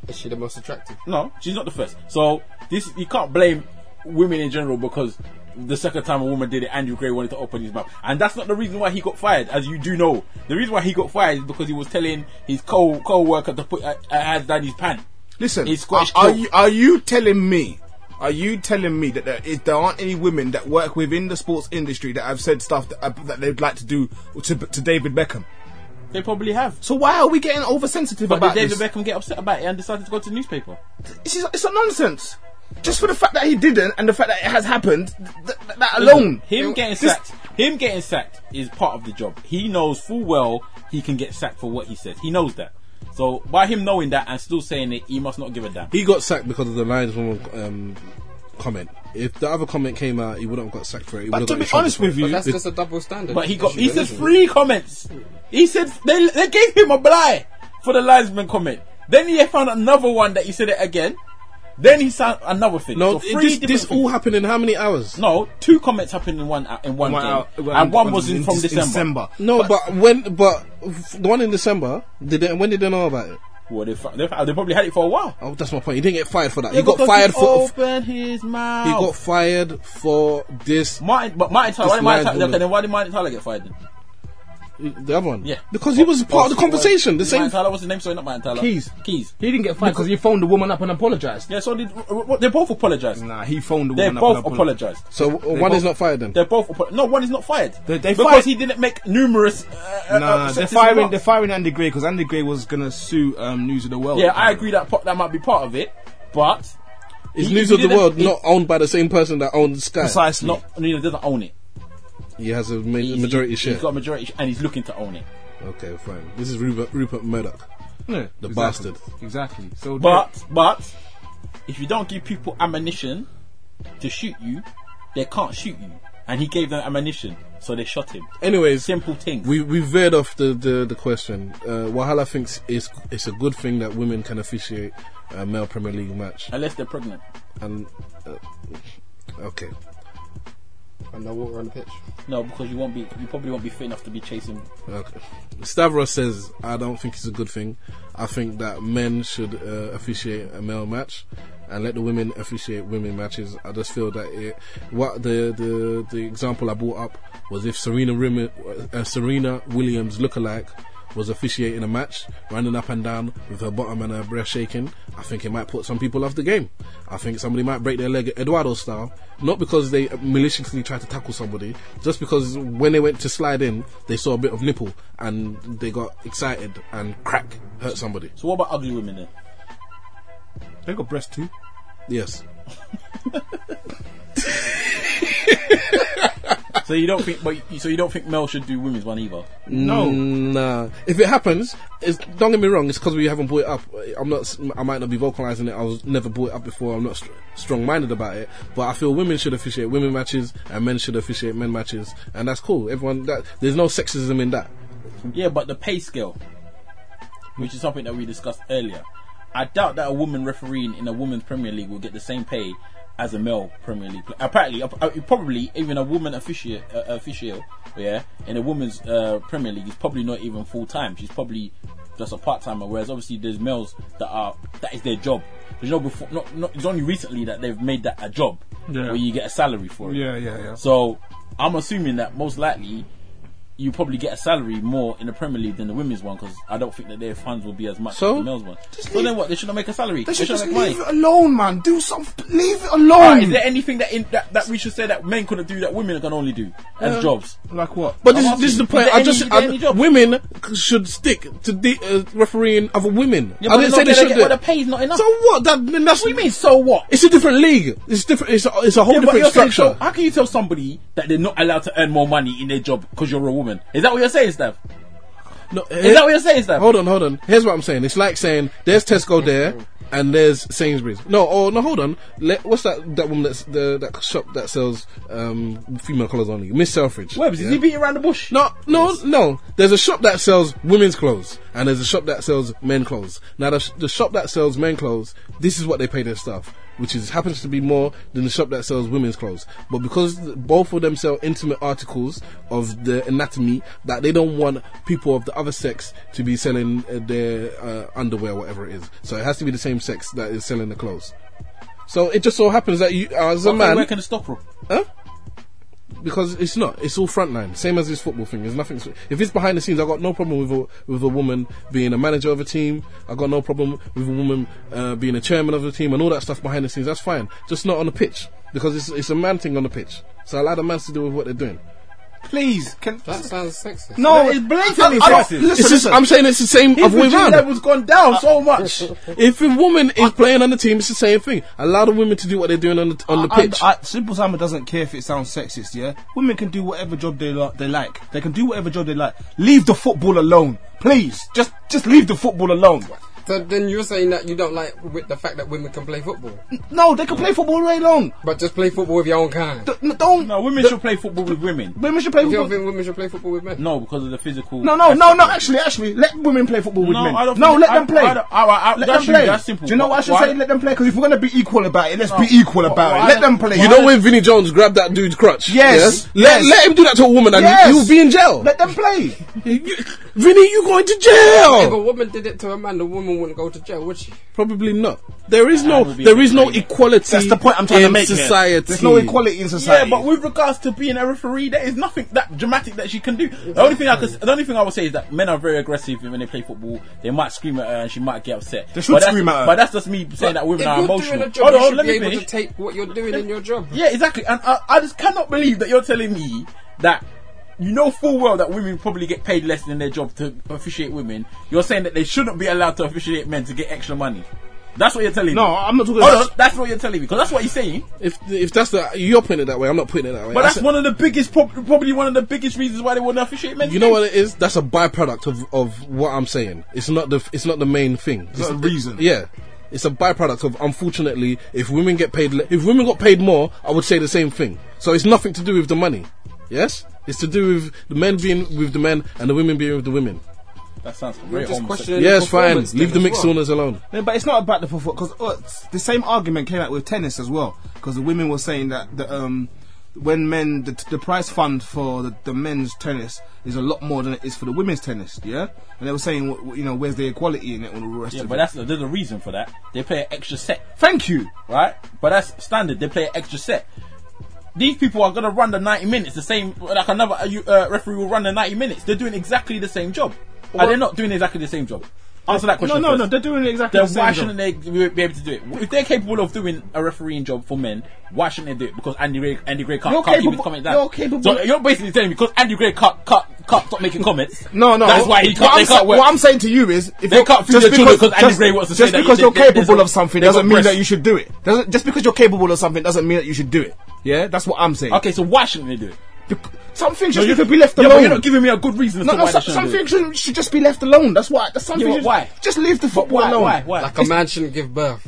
Is she the most attractive?
No, she's not the first. So this you can't blame women in general because the second time a woman did it, Andrew Gray wanted to open his mouth, and that's not the reason why he got fired, as you do know. The reason why he got fired is because he was telling his co co-worker to put her her hands down his pant.
Listen,
It's Scottish
are, are
talk.
you are you telling me? Are you telling me that there, is, there aren't any women that work within the sports industry that have said stuff that, uh, that they'd like to do to, to David Beckham?
They probably have.
So why are we getting oversensitive
But
about
did David
this?
Beckham get upset about it and decided to go to the newspaper?
It's, just- it's a nonsense. Just for the fact that he didn't and the fact that Hmm. it has happened, th- th- that alone.
Him getting
This-
sacked. Him getting sacked is part of the job. He knows full well he can get sacked for what he says. He knows that. So by him knowing that and still saying it, he must not give a damn.
He got sacked because of the Lions um, comment. If the other comment came out, he wouldn't have got sacked for it. He
But
would've
to
got
be
in trouble
honest
for it.
with you,
But that's
the-
just a double standard.
But he got.
issue,
He said
isn't it?
three comments. He said they they gave him a blight for the linesman comment. Then he found another one that he said it again. Then he found another thing.
No,
so
it-
three
this,
different
this all
things.
happened in how many hours?
No, two comments happened in one uh, in one
Well,
game,
out- well,
and one
on-
was in from
Dec-
December.
No, but, when, but f- the one in December, did they, when did they know about it?
Well, they, fu- they, fu- they probably had it for a while.
Oh, that's my point. He didn't get fired for that. he got fired for.
open his mouth.
He got fired for this.
Martin, but Martin Tyler. Why
This lies
did Martin Tyler,
woman.
okay, then why did Martin Tyler get fired? Then?
The other one,
Yeah,
because he was part of the conversation. The
Martin
same.
Tyler. What's his name? Sorry, not Martin Tyler.
Keys.
Keys.
He didn't get fired because he phoned the woman up and apologized.
Yeah. So did, w- w- they both
Mm,
apologized.
Nah, he phoned the
They
woman up
both
and
apologized.
So uh, one
both-
is not fired then.
They're both appo- no one is not fired
They- they
because
fired-
he didn't make numerous. Uh, uh,
Nah,
uh,
they're
sexist
firing.
remarks.
They're firing Andy Gray because Andy Gray was gonna sue um, News of the World.
yeah, I agree that part, that might be part of it, but
Is
he-
News
he
of the
didn't-
World
he-
not owned by the same person that owned Sky?
Precisely.
not you know, doesn't own it.
He has a ma-
He's-
majority
he's-
share.
He's got a majority, sh- and he's looking to own it.
Okay, fine. This is Rupert, Rupert Murdoch.
Yeah,
The
exactly.
bastard.
Exactly. So,
But but if you don't give people ammunition to shoot you, they can't shoot you. And he gave them ammunition, so they shot him.
Anyways,
Simple thing.
we we veered off the the, the question. Uh, Wahala thinks it's it's a good thing that women can officiate a male Premier League match.
Unless they're pregnant.
And uh, okay,
And no water on the pitch.
No, because you won't be. You probably won't be fit enough to be chasing.
okay. Stavros says I don't think it's a good thing. I think that men should uh, officiate a male match and let the women officiate women matches. I just feel that it. What the the the example I brought up was if Serena Rim, uh, Serena Williams lookalike was officiating a match, running up and down with her bottom and her breast shaking, I think it might put some people off the game. I think somebody might break their leg Eduardo style, not because they maliciously tried to tackle somebody, just because when they went to slide in, they saw a bit of nipple and they got excited and crack hurt somebody.
So what about ugly women then?
they got breast too.
Yes.
So you don't think, but you, so you don't think male should do women's one either.
No. Nah. uh, If it happens, it's, don't get me wrong, it's because we haven't brought it up. I'm not, I might not be vocalizing it. I was never brought it up before. I'm not str- strong minded about it. But I feel women should officiate women matches and men should officiate men matches. And that's cool. Everyone, that, there's no sexism in that.
Yeah, but the pay scale, which is something that we discussed earlier, I doubt that a woman refereeing in a women's Premier League will get the same pay as a male Premier League player. Apparently, ap- uh, probably even a woman official, uh, official, yeah, in a women's uh, Premier League is probably not even full time. She's probably just a part timer. Whereas obviously there's males that are that is their job. 'Cause You know, before not, not, it's only recently that they've made that a job
Yeah.
where you get a salary for it.
Yeah, yeah, yeah.
So I'm assuming that most likely you probably get a salary more in the Premier League than the women's one because I don't think that their funds will be as much
So?
as the men's one. So then what? They should not make a salary.
They should
not
just leave it alone, man. Do something. Leave it alone.
Is there anything that, in, that that we should say that men couldn't do that women can only do as jobs?
like what?
But this,
I'm
is- this is the
asking, is
point.
there
I
any-
just
is there
I,
any job?
women c- should stick to the, uh, refereeing other women.
Yeah,
I didn't
but they're
say
not
they
gonna
should
get-
do
well,
it.
the pay's not enough.
So what? That, then that's
What do you mean? So what?
It's a different league. It's different. It's a, it's a whole
Yeah, but
different
you're saying,
structure.
so how can you tell somebody that they're not allowed to earn more money in their job because you're a woman? Is that what you're saying, Steph?
No, eh?
Is that what you're saying, Steph?
Hold on, hold on. Here's what I'm saying. It's like saying there's Tesco there and there's Sainsbury's. No, oh no, hold on. Let, what's that? That woman that's the that shop that sells um female colours only. Miss Selfridge.
Webbs, is
yeah?
he beating around the bush?
No, no, no. There's a shop that sells women's clothes, and there's a shop that sells men clothes. Now, the, sh- the shop that sells men clothes, this is what they pay their staff, which is happens to be more than the shop that sells women's clothes. But because th- both of them sell intimate articles of the anatomy, that they don't want people of the other sex to be selling uh, their uh, underwear, whatever it is. So it has to be the same sex that is selling the clothes. So it just so happens that you, as a
Okay,
man,
where can the stop from?
because it's not. It's all frontline. Same as this football thing. There's nothing. If it's behind the scenes, I got no problem with a, with a woman being a manager of a team. I got no problem with a woman uh, being a chairman of the team and all that stuff behind the scenes. That's fine. Just not on the pitch because it's it's a man thing on the pitch. So allow the man to do with what they're doing.
Please, can
That sounds sexist.
no,
It's blatantly
I- I-
sexist.
Listen,
It's just,
listen.
I'm saying it's the same
His
other way
virginity
around.
level's gone down so much.
If a woman is playing on the team, it's the same thing. Allow the women to do what they're doing on the on the
I-
pitch.
I- Simple Simon doesn't care if it sounds sexist. Yeah, women can do whatever job they like. They like. They can do whatever job they like. Leave the football alone, please. Just, just leave the football alone.
So then you're saying that you don't like wi- the fact that women can play football,
No, they can play football all day long.
but just play football with your own kind.
D- n- Don't.
[laughs] No, women should play football with women.
Women should play
You don't
football.
think women should play football with men?
No, because of the physical.
No, no, no, no. Actually, actually, let women play football with
No,
men.
I don't
no,
think-
let
I-
them play.
I don't- all right, I-
let
that
them
should-
play.
that's simple.
Do you know what I should
Why-
say? Let them play because if we're gonna be equal about it, let's be equal about
why-
it. Let them play.
you know when Vinnie Jones grabbed that dude's crutch?
Yes,
yeah? Let,
yes.
let him do that to a woman and
Yes.
he'll be in jail.
Let them play.
You- Vinny, you going to
If a
jail?
woman did it to a man, the woman wouldn't go to jail, would she?
Probably not. There is no
would be
there is no
agreeing.
equality.
That's the point I'm trying
in
to make. here.
Society.
There's no equality in
Yeah,
society.
but with regards to being a referee, there is nothing that dramatic that she can do. The only thing I could, the only thing I would say is that men are very aggressive when they play football. They might scream at her and she might get upset.
They should
but that's-
scream at her.
But that's just me saying that women
if
are
you're
emotional.
doing a job, you should
let
be
me
able
finish.
to take what you're doing in your job.
Yeah, exactly. And I, I just cannot believe that you're telling me that you know full well that women probably get paid less than their job to officiate women. You're saying that they shouldn't be allowed to officiate men to get extra money. That's what you're telling me.
no, I'm not talking.
Hold
about
on, that's what you're telling me because that's what he's saying.
If if that's the you're putting it that way, I'm not putting it that way.
But
I
that's
said-
one of the biggest, prob- probably one of the biggest reasons why they want to officiate men.
you know what it is. That's a byproduct of, of what I'm saying. It's not the it's not the main thing. It's,
not a reason.
Yeah, it's a byproduct of unfortunately. If women get paid, le- if women got paid more, I would say the same thing. So it's nothing to do with the money. Yes, it's to do with the men being with the men and the women being with the women.
That sounds
You're
very
just
homosexual.
questioning
yes,
the
fine.
performance
Leave the
then as
mixed
well.
owners alone.
No, but it's not about the football because uh, the same argument came out with tennis as well because the women were saying that the um when men the, the prize fund for the, the men's tennis is a lot more than it is for the women's tennis yeah and they were saying w- w- you know where's the equality in it and all the rest
Yeah,
of
but
it.
that's there's a reason for that. They play an extra set,
thank you
right? But that's standard. They play an extra set. These people are gonna run the ninety minutes the same like another uh, you- uh, referee will run the ninety minutes. They're doing exactly the same job. Are they not doing exactly the same job? Answer that
no
question.
no no
first.
they're doing exactly
Then
the
why
same
shouldn't
job.
they be be able to do it? If they're capable of doing a refereeing job for men, why shouldn't they do it? Because Andy Gray, Andy Gray can't,
You're
can't keep
capable-
his comment down.
you're capable-
So you're basically telling me because Andy Gray can't, can't, can't stop making comments.
[laughs] no, no.
That's why he
what
can't.
I'm,
They
sa-
can't work.
what I'm saying to you is, if
They
you're-
can't feed
just
their children 'cause Andy
just-
Gray wants to
just
say that
because
they-
you're
they- they-
capable
they-
of something
they
doesn't
got
mean that
breasts.
you should do it. Doesn't just because you're capable of something doesn't mean that you should do it. Yeah, that's what I'm saying.
okay, so why shouldn't they do it?
Bec- Some things just need to be left
Yeah,
alone.
but you're not giving me a good reason as
No,
to
no,
why
so,
they shouldn't
some
do it.
things should, should just be left alone. That's why. That's something.
Yeah, but
just,
why?
Just leave the football
Why?
alone.
Why? Why?
Like a man shouldn't give birth.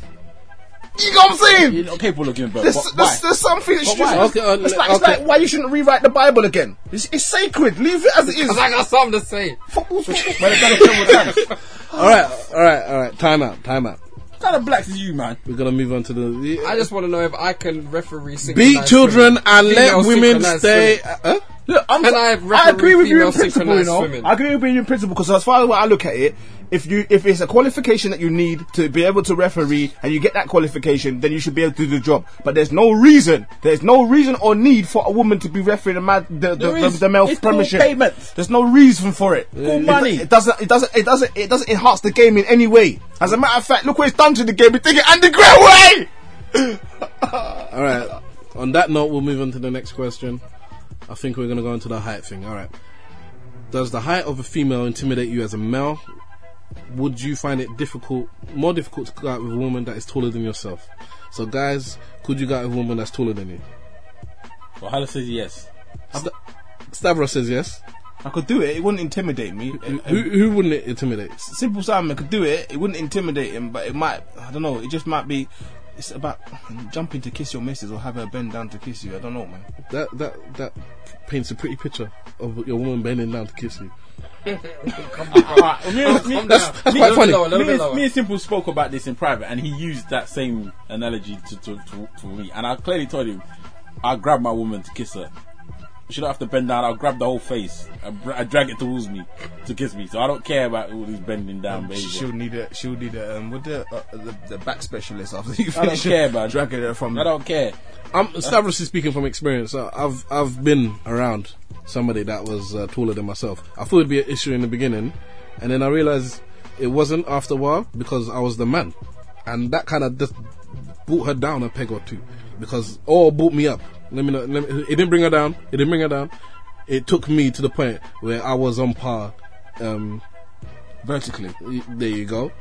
You know what I'm saying?
You're not capable of giving birth.
There's,
Why?
there's, there's something that should
why?
just,
Okay, uh,
it's, like, it's
okay.
like why you shouldn't rewrite the Bible again. It's, it's sacred. Leave it as it is.
Because I got something to say.
Football's football.
[laughs]
All right, all right, all right. Time out. Time out.
what kind of blacks is you, man?
We're gonna move on to the.
I just want to know if I can referee
Beat
synchronized
children
swimming.
and
Female
let women
synchronized
stay.
swimming.
Huh?
Look, I'm,
Can I
I,
have referee
agree with you in
female
principle. You
synchronized
know,
swimming?
I agree with you in principle because as far as what I look at it, if you if it's a qualification that you need to be able to referee and you get that qualification, then you should be able to do the job. But there's no reason, there's no reason or need for a woman to be refereeing the man, the, the,
There
the,
is.
the male
It's called
premiership.
payment.
There's no reason for it. It-
money.
It, doesn't. It doesn't. It doesn't. It doesn't enhance the game in any way. As a matter of fact, look what it's done to the game. It's taking Andy Gray away.
All right. On that note, we'll move on to the next question. I think we're going to go into the height thing. All right. Does the height of a female intimidate you as a male? Would you find it difficult, more difficult to go out with a woman that is taller than yourself? So, guys, could you go out with a woman that's taller than you?
Well, Hala says yes.
Sta- Stavros says yes.
I could do it. It wouldn't intimidate me.
Who, who wouldn't it intimidate?
Simple Simon could do it. It wouldn't intimidate him, but it might. I don't know. It just might be. It's about jumping to kiss your missus or have her bend down to kiss you. I don't know, man.
That that that paints a pretty picture of your woman bending down to kiss you.
Alright, me and- [laughs] me-
That's, that's
me-
quite
Lower,
funny.
lower,
Me
bit
and,
lower.
me and Simple spoke about this in private, and he used that same analogy to, to, to, to me. And I clearly told him, I'll grab my woman to kiss her. She don't have to bend down. I'll grab the whole face. I, br- I drag it towards me to kiss me. So I don't care about all these bending down, baby.
She'll need a. She'll need a. Um, what the, uh, the the back specialist after you
I don't
finish
care, man.
dragging her from.
I don't care.
I'm Stavros is speaking from experience. I- I've I've been around somebody that was uh, taller than myself. I thought it'd be an issue in the beginning, and then I realized it wasn't after a while because I was the man, and that kind of just brought her down a oh, peg or two because or brought me up. Let me know. Let me, it didn't bring her down. It didn't bring her down. it took me to the point where I was on par um, vertically. Y- There you go.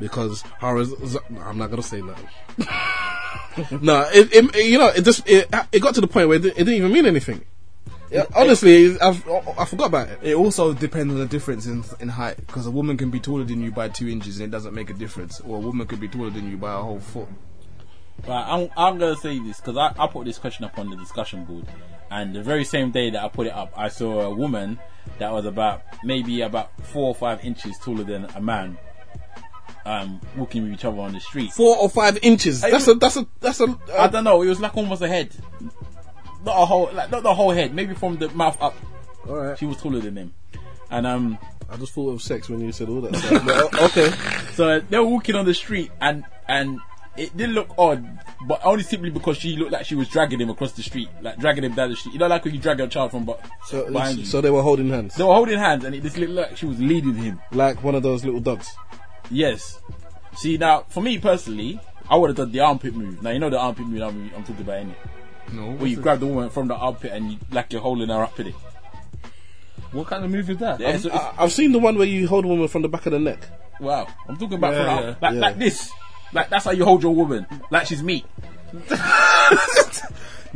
Because horizontal, I'm not gonna say that. no, it, it, you know, it just it, it got to the point where it didn't, it didn't even mean anything. Yeah, honestly, I've, I forgot about it.
It also depends on the difference in, in height because a woman can be taller than you by two inches and it doesn't make a difference, or a woman could be taller than you by a whole foot.
Right, I'm, I'm going to say this because I, I put this question up on the discussion board, and the very same day that I put it up, I saw a woman that was about maybe about four or five inches taller than a man, um, walking with each other on the street.
Four or five inches. That's a that's a that's a.
I
Uh,
don't know. It was like almost a head, not a whole, like, not the whole head. Maybe from the mouth up,
all right.
she was taller than him, and um.
I just thought of sex when you said all that. [laughs] Stuff. But,
Oh,
o- okay.
So they were walking on the street, and and it did look odd, but only simply because she looked like she was dragging him across the street, like dragging him down the street. You know, like when you drag your child from but behind
So,
you.
so they were holding hands,
they were holding hands, and it just looked like she was leading him.
like one of those little dogs.
Yes. See now, for me personally, I would have done the armpit move. Now you know the armpit move I'm, I'm talking about, innit?
No.
Where you grab the woman from the armpit and you like you're holding her up in it.
what kind of move is that?
Yeah, so it's-
I, I've seen the one where you hold a woman from the back of the neck.
wow, I'm talking about
Yeah,
from the,
yeah,
like
yeah.
like this. Like that's how you hold your woman, like she's meat,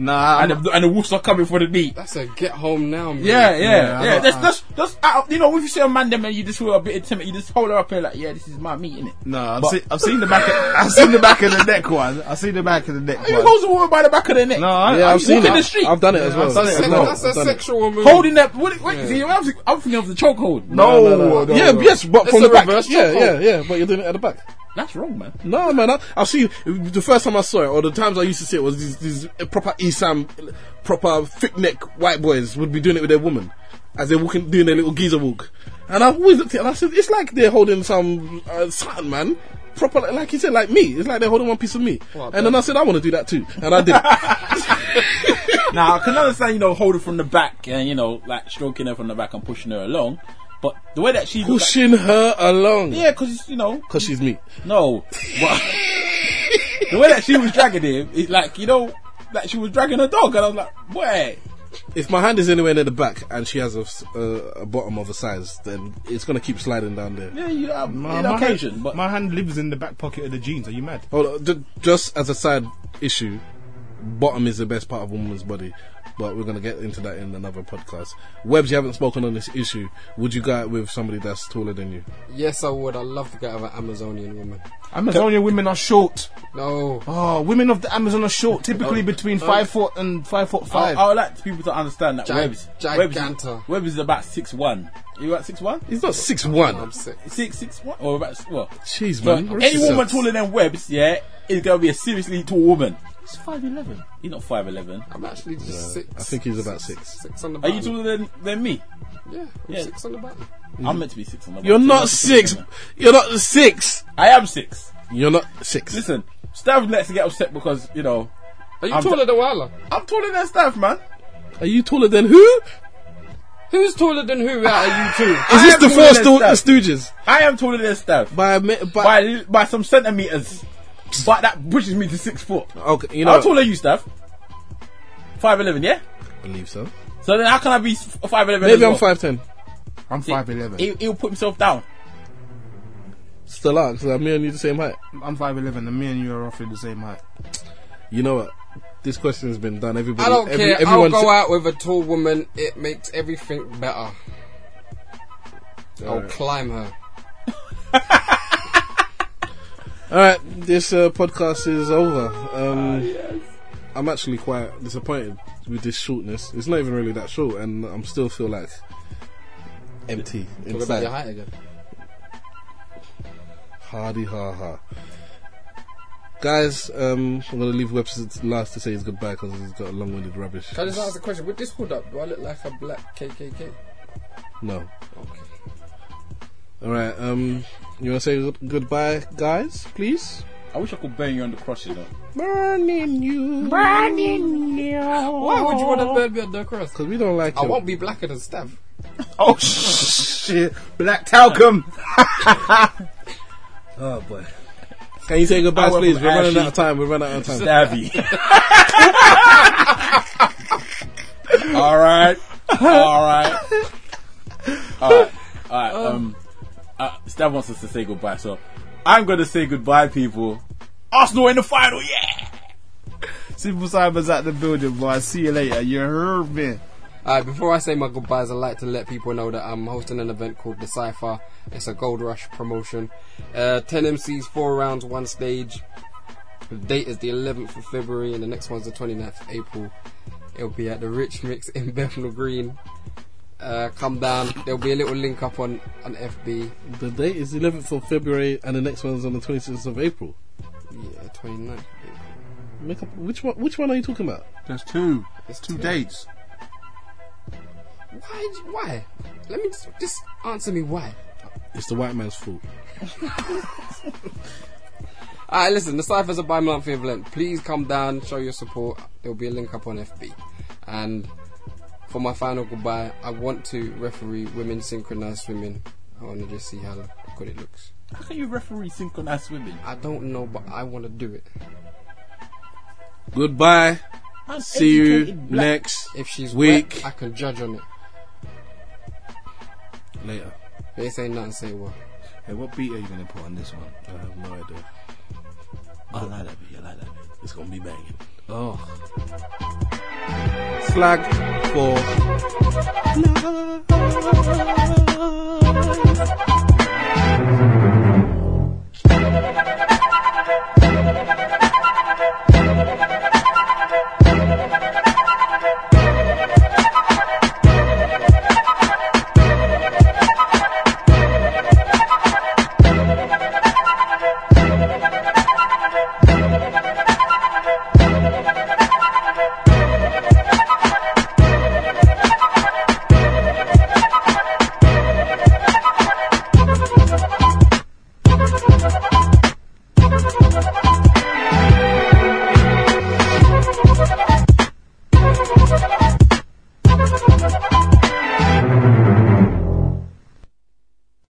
Nah,
and the, and the wolves are coming for the meat.
That's a get home now. Man.
Yeah, yeah,
Yeah,
yeah.
I don't-
That's,
I-
that's, that's out of- you know, if you see a man them and you just feel a bit intimate, you just hold her up and like, yeah, this is my meat, innit?
no, I've,
But-
seen, I've seen the back. Of, I've seen the back of the neck one. I've seen the back of the neck
You
one.
hold a woman by the back of the neck.
No, I,
Yeah,
I,
I've seen
walk in
it.
the street.
I've done it as
Yeah,
well.
I've done it as
I've
well.
That's a
I've done it.
sexual move.
Holding that, what, what, see, I'm, thinking- I'm thinking of the chokehold.
No,
No, no, no. yeah,
no.
yes, but
It's
from
a
the back.
reverse
Yeah, yeah,
chokehold.
yeah. But you're doing it at the back.
That's wrong, man.
No, man. I, I've seen the first time I saw it, or the times I used to see it was these, these eh, proper Isam, proper thick neck white boys would be doing it with their woman as they're walking, doing their little geezer walk. And I've always looked at it and I said, it's like they're holding some uh, something, man. Proper, like you said, like me. It's like they're holding one piece of me. and then I said, I want to do that too, and I did.
Now, I can understand, you know, holding from the back and, you know, like stroking her from the back and pushing her along, but the way that
Oh,
she looked like,
Pushing her along.
yeah, cause, you know,
Cause she's me.
No, but [laughs] the way that she was dragging him, it, like you know, like she was dragging her dog, and I was like, "Wait,
If my hand is anywhere near the back and she has a, s- uh, a bottom of a size, then it's gonna keep sliding down there.
yeah, you have
My-
an
my
occasion,
hand,
but
my hand lives in the back pocket of the jeans. Are you mad?
Hold on, ju- just as a side issue, bottom is the best part of a woman's body, but we're gonna get into that in another podcast. Webbs, you haven't spoken on this issue. Would you go out with somebody that's taller than you?
Yes, I would. I love to get out of an Amazonian woman.
Amazonian women are short.
No.
Oh, women of the Amazon are short, typically between five foot and five foot
I,
five.
I would like people to understand that
Gi-
Webbs,
Giganta.
Webbs, Webbs is about six one. You about six one?
He's not six one.
I'm sick.
Six six one or about s- what?
Um, Jeez,
So
man.
any woman taller than Webbs, yeah, is gonna be a seriously tall woman.
It's five eleven.
He's not five eleven.
I'm actually just six.
I think he's about six.
Six on the
Are
button.
you taller than, than me?
Yeah, I'm
Yeah.
six on the button.
I'm meant to be six. On the
You're
bottom.
not six. You're not six.
I am six.
You're not six.
Listen, Stav lets get upset because you know
Are you
I'm
taller than Wala?
I'm taller than Stav, man.
Are you taller than who? Is
Who's taller than who out of you two?
this
am
the
taller
four
than
sto-
that.
Stooges?
I am taller than Stav.
By a mi- by,
by by some centimeters, but that pushes me to six foot.
okay, you know.
How tall are you, Steph? Five eleven, yeah.
I believe so.
So then, how can I be five eleven?
Maybe I'm five ten.
I'm five eleven.
He, he'll put himself down.
Still out because me and you the same height.
I'm five eleven, and me and you are roughly the same height.
You know what? This question has been done. Everybody,
[laughs] I don't
every-
care. I'll
Everyone
go out with a tall woman. It makes everything better. I'll climb her.
All right, this uh, podcast is over.
Ah,
Um, I'm actually quite disappointed with this shortness. It's not even really that short, and I'm still feel like empty
Talk about your
inside.
height again.
Hardy ha ha. Guys, um, I'm gonna leave Webster last to say his goodbye because he's got a long-winded rubbish.
Can I just ask a question? With this hood up, do I look like a black KKK?
No. All right. Um, you wanna say good- goodbye, guys, please?
I wish I could burn you on the cross, [laughs] you know.
Burning you. Burning you.
Why would you want to burn me on the cross?
Because we don't like
I
your-
won't be blacker than Stav.
Oh [laughs] shit! Black talcum.
Oh boy. Can you say goodbye,
I went
please?
from
We're running
ashy-
out of time. We're running out of time.
Stabby. [laughs] All right. all right. All right. All right. Um, uh, Stab wants us to say goodbye, so I'm going to say goodbye, people. Arsenal in the final, yeah!
Simple Simon's at the building, boy. See you later. You heard me.
Alright, before I say my goodbyes, I'd like to let people know that I'm hosting an event called The Cypher. It's a Gold Rush promotion. Uh, 10 MCs, 4 rounds, 1 stage. The date is the 11th of February and the next one's the 29th of April. It'll be at the Rich Mix [laughs] in Bethnal Green. Uh, come down. There'll be a little link up on, on FB.
The date is 11th of February, and the next one is on the 26th of April.
Yeah, 29th.
Make up, which one? Which one are you talking about?
There's two.
It's
Two dates.
Why? d- Why? Let me just, just answer me why.
It's the white man's fault.
Alright, listen, the Cypher's a bi monthly event. Please come down, show your support. There'll be a link up on FB. And for my final goodbye, I want to referee women synchronized swimming. I want to just see how good it looks.
How can you referee synchronized swimming?
I don't know, but I want to do it.
Goodbye.
Man,
See you
educated black-
next
If she's
Weak.
weak, I can judge on it.
later.
They say nothing, say what.
Hey, what beat are you going to put on this one?
I have no idea.
I like that beat. I like that beat.
It's gonna be banging.
Oh.
Flag for.
Thank you.